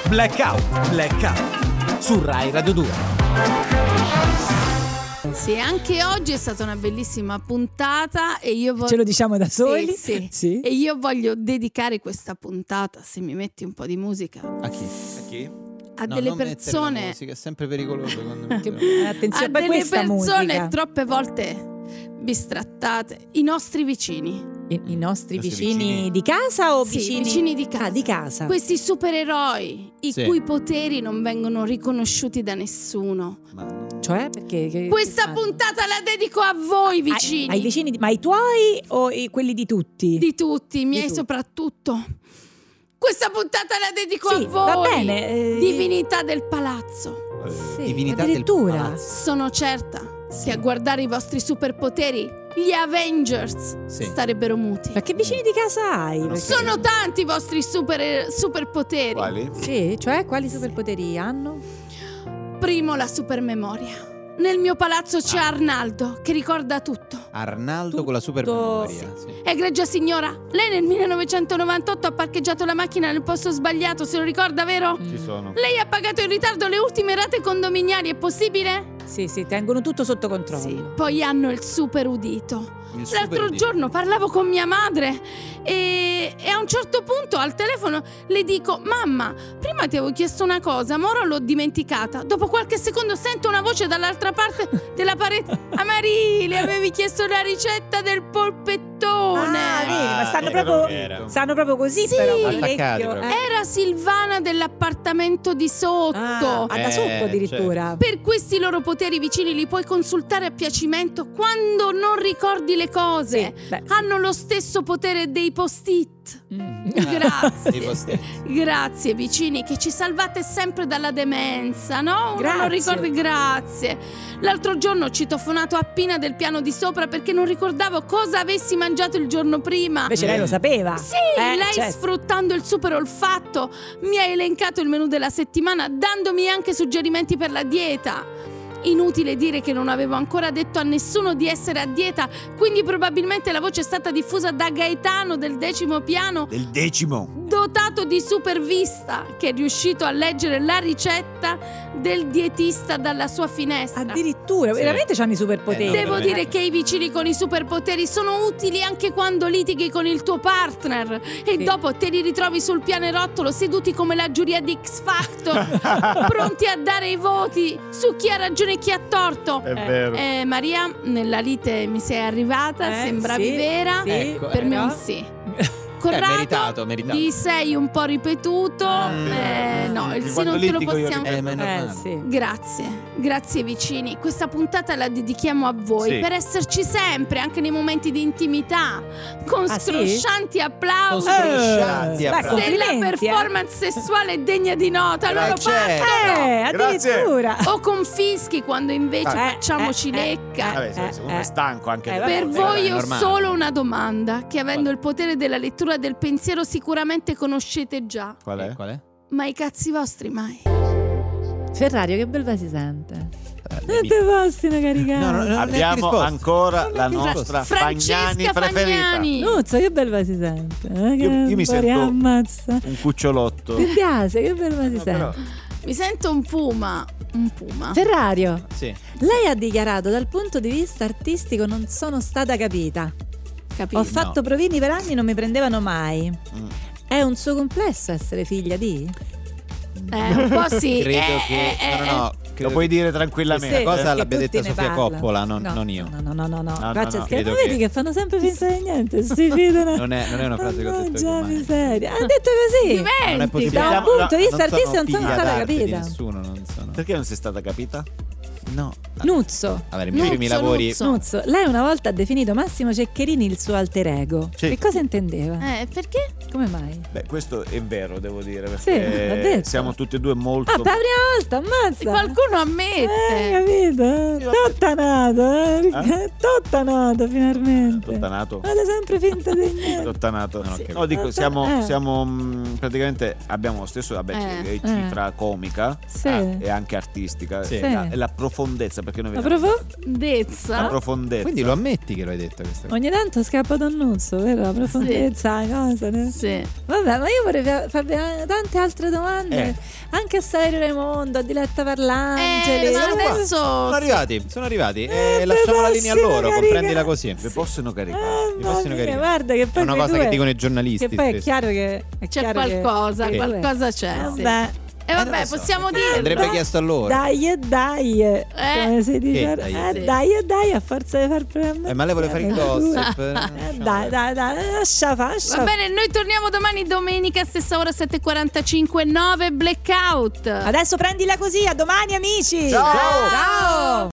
Speaker 5: Blackout, blackout su Rai Radio 2.
Speaker 4: Sì, anche oggi è stata una bellissima puntata e io voglio...
Speaker 2: Ce lo diciamo da
Speaker 4: Sì,
Speaker 2: soli?
Speaker 4: sì.
Speaker 2: Sì.
Speaker 4: E io voglio dedicare questa puntata, se mi metti un po' di musica,
Speaker 2: Ah,
Speaker 8: A chi?
Speaker 4: a Ah, delle persone...
Speaker 8: Musica, è sempre pericoloso quando
Speaker 2: Che-
Speaker 8: mettiamo-
Speaker 4: a
Speaker 2: Eh, attenzione, poi
Speaker 4: delle
Speaker 2: questa
Speaker 4: persone
Speaker 2: musica.
Speaker 4: troppe volte bistrattate, i nostri vicini,
Speaker 2: I,
Speaker 8: I
Speaker 2: i nostri
Speaker 8: nostri
Speaker 2: vicini,
Speaker 8: vicini.
Speaker 2: di casa o
Speaker 4: Sì,
Speaker 2: Oh, vicini?
Speaker 4: vicini di casa.
Speaker 2: Ah, di casa.
Speaker 4: questi supereroi i
Speaker 8: Sì.
Speaker 4: cui poteri non vengono riconosciuti da nessuno.
Speaker 8: Ma no.
Speaker 2: Cioè, perché? che-
Speaker 4: Questa
Speaker 2: che fanno?
Speaker 4: puntata la dedico a voi
Speaker 2: Ai-
Speaker 4: vicini,
Speaker 2: Ai, vicini, di- ma ai tuoi o i- quelli di tutti?
Speaker 4: di tutti, i miei
Speaker 2: tutti.
Speaker 4: soprattutto. Questa puntata la dedico
Speaker 2: Sì,
Speaker 4: a voi,
Speaker 2: va bene, eh,
Speaker 4: divinità del palazzo.
Speaker 2: Sì,
Speaker 8: Divinità del
Speaker 2: addirittura.
Speaker 8: palazzo.
Speaker 4: Sono certa che a guardare i vostri superpoteri, gli Avengers,
Speaker 8: Sì.
Speaker 4: starebbero muti.
Speaker 2: ma che vicini di casa hai? Perché-
Speaker 4: Sono tanti i vostri super, superpoteri.
Speaker 3: Quali?
Speaker 2: Sì, cioè quali superpoteri hanno?
Speaker 4: Primo, la supermemoria. Nel mio palazzo c'è
Speaker 8: Ah.
Speaker 4: Arnaldo, che ricorda tutto.
Speaker 8: Arnaldo
Speaker 2: Tutto-
Speaker 8: con la super memoria.
Speaker 4: Egregia signora, lei nel 1998 ha parcheggiato la macchina nel posto sbagliato, se lo ricorda, vero?
Speaker 2: Ci
Speaker 8: sono.
Speaker 4: Lei ha pagato in ritardo le ultime rate condominiali, è possibile?
Speaker 2: Sì, sì, tengono tutto sotto controllo. Ah,
Speaker 4: Sì. Poi hanno il super udito.
Speaker 8: Il
Speaker 4: L'altro
Speaker 8: super-
Speaker 4: giorno parlavo con mia madre e, e a un certo punto al telefono le dico Mamma, prima ti avevo chiesto una cosa, ma ora l'ho dimenticata. Dopo qualche secondo sento una voce dall'altra parte della parete. Amari, le avevi chiesto la ricetta del polpettone.
Speaker 2: Ah, vedi, ma stanno
Speaker 8: Ah,
Speaker 2: proprio,
Speaker 8: era.
Speaker 2: stanno proprio così,
Speaker 4: Sì.
Speaker 2: però.
Speaker 8: Attaccati
Speaker 2: all'orecchio,
Speaker 8: proprio.
Speaker 2: eh.
Speaker 4: Era Silvana dell'appartamento di sotto.
Speaker 2: Ah, ah, da
Speaker 8: Eh,
Speaker 2: sotto addirittura.
Speaker 4: Per questi loro poteri vicini li puoi consultare a piacimento quando non ricordi le cose.
Speaker 2: Sì, beh.
Speaker 4: Hanno lo stesso potere dei post-it.
Speaker 2: Mm.
Speaker 8: I
Speaker 4: Grazie.
Speaker 8: posti-
Speaker 4: Grazie vicini che ci salvate sempre dalla demenza, no? Uno Non
Speaker 2: Grazie.
Speaker 4: ricordi, grazie. L'altro giorno ho citofonato a Pina del piano di sopra perché non ricordavo cosa avessi mangiato il giorno prima.
Speaker 2: Invece lei lo sapeva.
Speaker 4: Sì,
Speaker 2: Eh,
Speaker 4: lei
Speaker 2: certo.
Speaker 4: sfruttando il super olfatto mi ha elencato il menù della settimana dandomi anche suggerimenti per la dieta. Inutile dire che non avevo ancora detto a nessuno di essere a dieta, quindi probabilmente la voce è stata diffusa da Gaetano del decimo piano
Speaker 3: Del decimo.
Speaker 4: dotato di supervista che è riuscito a leggere la ricetta del dietista dalla sua finestra.
Speaker 2: Addirittura,
Speaker 8: Sì.
Speaker 2: veramente hanno i superpoteri.
Speaker 8: Eh, no,
Speaker 4: Devo
Speaker 8: veramente.
Speaker 4: dire che i vicini con i superpoteri sono utili anche quando litighi con il tuo partner e
Speaker 2: Sì.
Speaker 4: dopo te li ritrovi sul pianerottolo seduti come la giuria di X Factor, pronti a dare i voti su chi ha ragione e chi ha torto.
Speaker 6: È vero.
Speaker 4: Eh, Maria, nella lite mi sei arrivata,
Speaker 2: Eh,
Speaker 4: sembravi
Speaker 2: sì,
Speaker 4: vera.
Speaker 2: sì,
Speaker 8: Ecco,
Speaker 4: Per me
Speaker 2: però-
Speaker 4: un sì.
Speaker 8: Eh,
Speaker 4: Corrado,
Speaker 8: meritato, meritato.
Speaker 4: Ti sei un po' ripetuto. eh, no, il sì
Speaker 6: Quando
Speaker 4: non te lo
Speaker 6: litigo io
Speaker 4: possiamo.
Speaker 8: Eh, ma è
Speaker 2: Eh,
Speaker 8: normale.
Speaker 2: sì.
Speaker 4: Grazie, grazie vicini. Questa puntata la dedichiamo a voi
Speaker 6: Sì.
Speaker 4: per esserci sempre, anche nei momenti di intimità, con
Speaker 2: Ah, sì?
Speaker 4: struscianti applausi.
Speaker 8: Con Strisciati,
Speaker 2: Eh, beh,
Speaker 8: applausi.
Speaker 4: Se la
Speaker 2: complimenti, eh.
Speaker 4: performance sessuale è degna di nota, loro
Speaker 8: Eh, certo.
Speaker 4: partono.
Speaker 2: Eh,
Speaker 6: Grazie.
Speaker 2: addirittura.
Speaker 4: O confischi quando invece
Speaker 2: Eh,
Speaker 4: facciamoci
Speaker 2: eh,
Speaker 4: lecca.
Speaker 2: eh,
Speaker 3: Vabbè, se-
Speaker 2: eh,
Speaker 3: secondo me
Speaker 2: eh.
Speaker 3: è stanco anche
Speaker 2: Eh,
Speaker 3: del-
Speaker 2: vabbè,
Speaker 4: Per
Speaker 3: del-
Speaker 4: voi
Speaker 8: è
Speaker 4: ho
Speaker 8: normale.
Speaker 4: solo una domanda, che avendo il potere della lettura del pensiero sicuramente conoscete già,
Speaker 3: Eh, Qual
Speaker 1: Eh,
Speaker 3: è?
Speaker 8: Qual è?
Speaker 4: ma i cazzi vostri mai.
Speaker 2: Ferrario, che belva si sente. Non Eh, te postino
Speaker 8: No, no,
Speaker 2: caricare.
Speaker 8: no, non è
Speaker 3: Abbiamo
Speaker 8: risposta.
Speaker 3: ancora la
Speaker 4: Fra-
Speaker 3: nostra Fagnani
Speaker 4: Francesca
Speaker 3: preferita.
Speaker 8: eh.
Speaker 4: Fagnani.
Speaker 2: Nuzzo, che belva si sente. Eh, che
Speaker 3: Io- io mi
Speaker 2: un po'
Speaker 3: sento-
Speaker 2: riammazza.
Speaker 3: Un cucciolotto.
Speaker 2: Mi piace, che belva si
Speaker 3: No,
Speaker 2: sente.
Speaker 3: però-
Speaker 4: Mi sento un puma, un puma.
Speaker 2: Ferrario,
Speaker 8: Sì.
Speaker 2: lei ha dichiarato dal punto di vista artistico non sono stata capita.
Speaker 4: Capito?
Speaker 2: Ho fatto provini per anni non mi prendevano mai.
Speaker 3: Mm.
Speaker 2: È un suo complesso essere figlia di?
Speaker 4: Eh, un po' sì.
Speaker 8: Credo
Speaker 4: eh,
Speaker 8: che...
Speaker 4: eh,
Speaker 8: no,
Speaker 4: eh,
Speaker 8: no, no,
Speaker 3: Lo
Speaker 8: credo
Speaker 3: puoi
Speaker 8: che- Questa
Speaker 3: dire
Speaker 2: Sì,
Speaker 3: tranquillamente.
Speaker 8: cosa
Speaker 2: perché
Speaker 8: l'abbia
Speaker 2: tutti
Speaker 8: detta
Speaker 2: ne
Speaker 8: Sofia
Speaker 2: parlano.
Speaker 8: Coppola, non- non io.
Speaker 2: No, no, no, no, no.
Speaker 3: No,
Speaker 2: Faccia
Speaker 3: no, no,
Speaker 2: scherzo.
Speaker 8: credo
Speaker 2: Ma Vedi
Speaker 8: che-
Speaker 2: che fanno sempre pensare a niente, si fidano.
Speaker 8: Non è, non è una frase che ho detto io
Speaker 2: Mannaggia
Speaker 8: mai.
Speaker 2: miseria. Ha detto così.
Speaker 8: Non è
Speaker 4: Diventi.
Speaker 8: possibile.
Speaker 2: Da un
Speaker 3: Siamo-
Speaker 2: punto di vista
Speaker 8: Non sono
Speaker 2: artistico non sono
Speaker 8: figlia
Speaker 2: stata
Speaker 8: d'arte di
Speaker 2: capita.
Speaker 8: nessuno, non sono.
Speaker 3: Perché non sei stata capita?
Speaker 1: No.
Speaker 2: Nuzzo.
Speaker 1: Allora, i miei primi
Speaker 4: Nuzzo,
Speaker 1: lavori.
Speaker 4: nuzzo.
Speaker 2: Nuzzo, lei una volta ha definito Massimo Ceccherini il suo alter ego.
Speaker 1: Sì.
Speaker 2: Che cosa intendeva?
Speaker 4: Eh, perché?
Speaker 2: Come mai?
Speaker 3: Beh, questo è vero, devo dire,
Speaker 2: Sì,
Speaker 3: perché
Speaker 2: l'ha detto.
Speaker 3: siamo tutti e due molto...
Speaker 2: Ah, per la prima volta, ammazza!
Speaker 4: Qualcuno
Speaker 2: Esatto. Eh,
Speaker 4: ammette.
Speaker 2: capito? Tottanato, eh?
Speaker 3: Eh?
Speaker 2: Tottanato finalmente.
Speaker 3: Tottanato?
Speaker 2: Fate sempre finta di niente.
Speaker 3: Tottanato.
Speaker 1: Non ho capito.
Speaker 3: No, dico, siamo,
Speaker 2: Eh.
Speaker 3: siamo, mh, praticamente abbiamo lo stesso, vabbè,
Speaker 4: Eh.
Speaker 3: c'è- c'è cifra comica
Speaker 2: Sì.
Speaker 3: ah, e anche artistica.
Speaker 1: Sì.
Speaker 3: E La, e la profondezza, perché noi
Speaker 2: Ma
Speaker 3: vediamo-
Speaker 2: proprio
Speaker 3: la
Speaker 4: Dezza.
Speaker 8: Ah.
Speaker 3: profondezza.
Speaker 1: Quindi lo ammetti che lo hai detto questa cosa.
Speaker 2: ogni tanto scappa da un nuzzo, vero? La profondezza, la cosa. no?
Speaker 4: Sì. Eh,
Speaker 2: Vabbè, ma io vorrei fa- farvi eh, tante altre domande.
Speaker 3: Eh.
Speaker 2: Anche a Saverio Raimondo, a Diletta Parlangeli.
Speaker 4: Eh, ma
Speaker 2: Sono qua.
Speaker 4: adesso
Speaker 1: Sono arrivati, sono arrivati.
Speaker 2: Eh,
Speaker 1: Eh, lasciamo la
Speaker 2: beh,
Speaker 1: linea a
Speaker 2: sì,
Speaker 1: loro,
Speaker 2: raga,
Speaker 1: comprendila
Speaker 2: raga.
Speaker 4: Eh,
Speaker 1: così. Eh,
Speaker 3: Vi possono caricare.
Speaker 1: Mi
Speaker 2: Mamma
Speaker 1: possono
Speaker 2: mia,
Speaker 1: caricare.
Speaker 2: Eh, guarda che poi
Speaker 1: È una
Speaker 2: voi
Speaker 1: cosa
Speaker 2: due-
Speaker 1: che dicono i giornalisti
Speaker 2: Che poi è
Speaker 1: spesso.
Speaker 2: chiaro che è
Speaker 4: c'è
Speaker 2: chiaro che-
Speaker 4: qualcosa,
Speaker 2: che-
Speaker 4: qualcosa c'è. sì.
Speaker 2: Vabbè.
Speaker 4: E eh, vabbè, possiamo dirlo.
Speaker 1: Andrebbe
Speaker 2: Dai,
Speaker 1: chiesto a loro.
Speaker 2: Dai e dai, eh, come si dice?
Speaker 1: Che dai e
Speaker 2: Eh,
Speaker 4: dai?
Speaker 2: dai e dai, a forza di far prendere.
Speaker 1: Eh, ma lei vuole fare il gossip. eh,
Speaker 2: Eh, dai, dai, dai, lascia fa, lascia
Speaker 4: Va bene, noi torniamo domani domenica, stessa ora 7.45, 9 blackout.
Speaker 2: Adesso prendila così, a domani amici.
Speaker 3: Ciao.
Speaker 2: Ciao.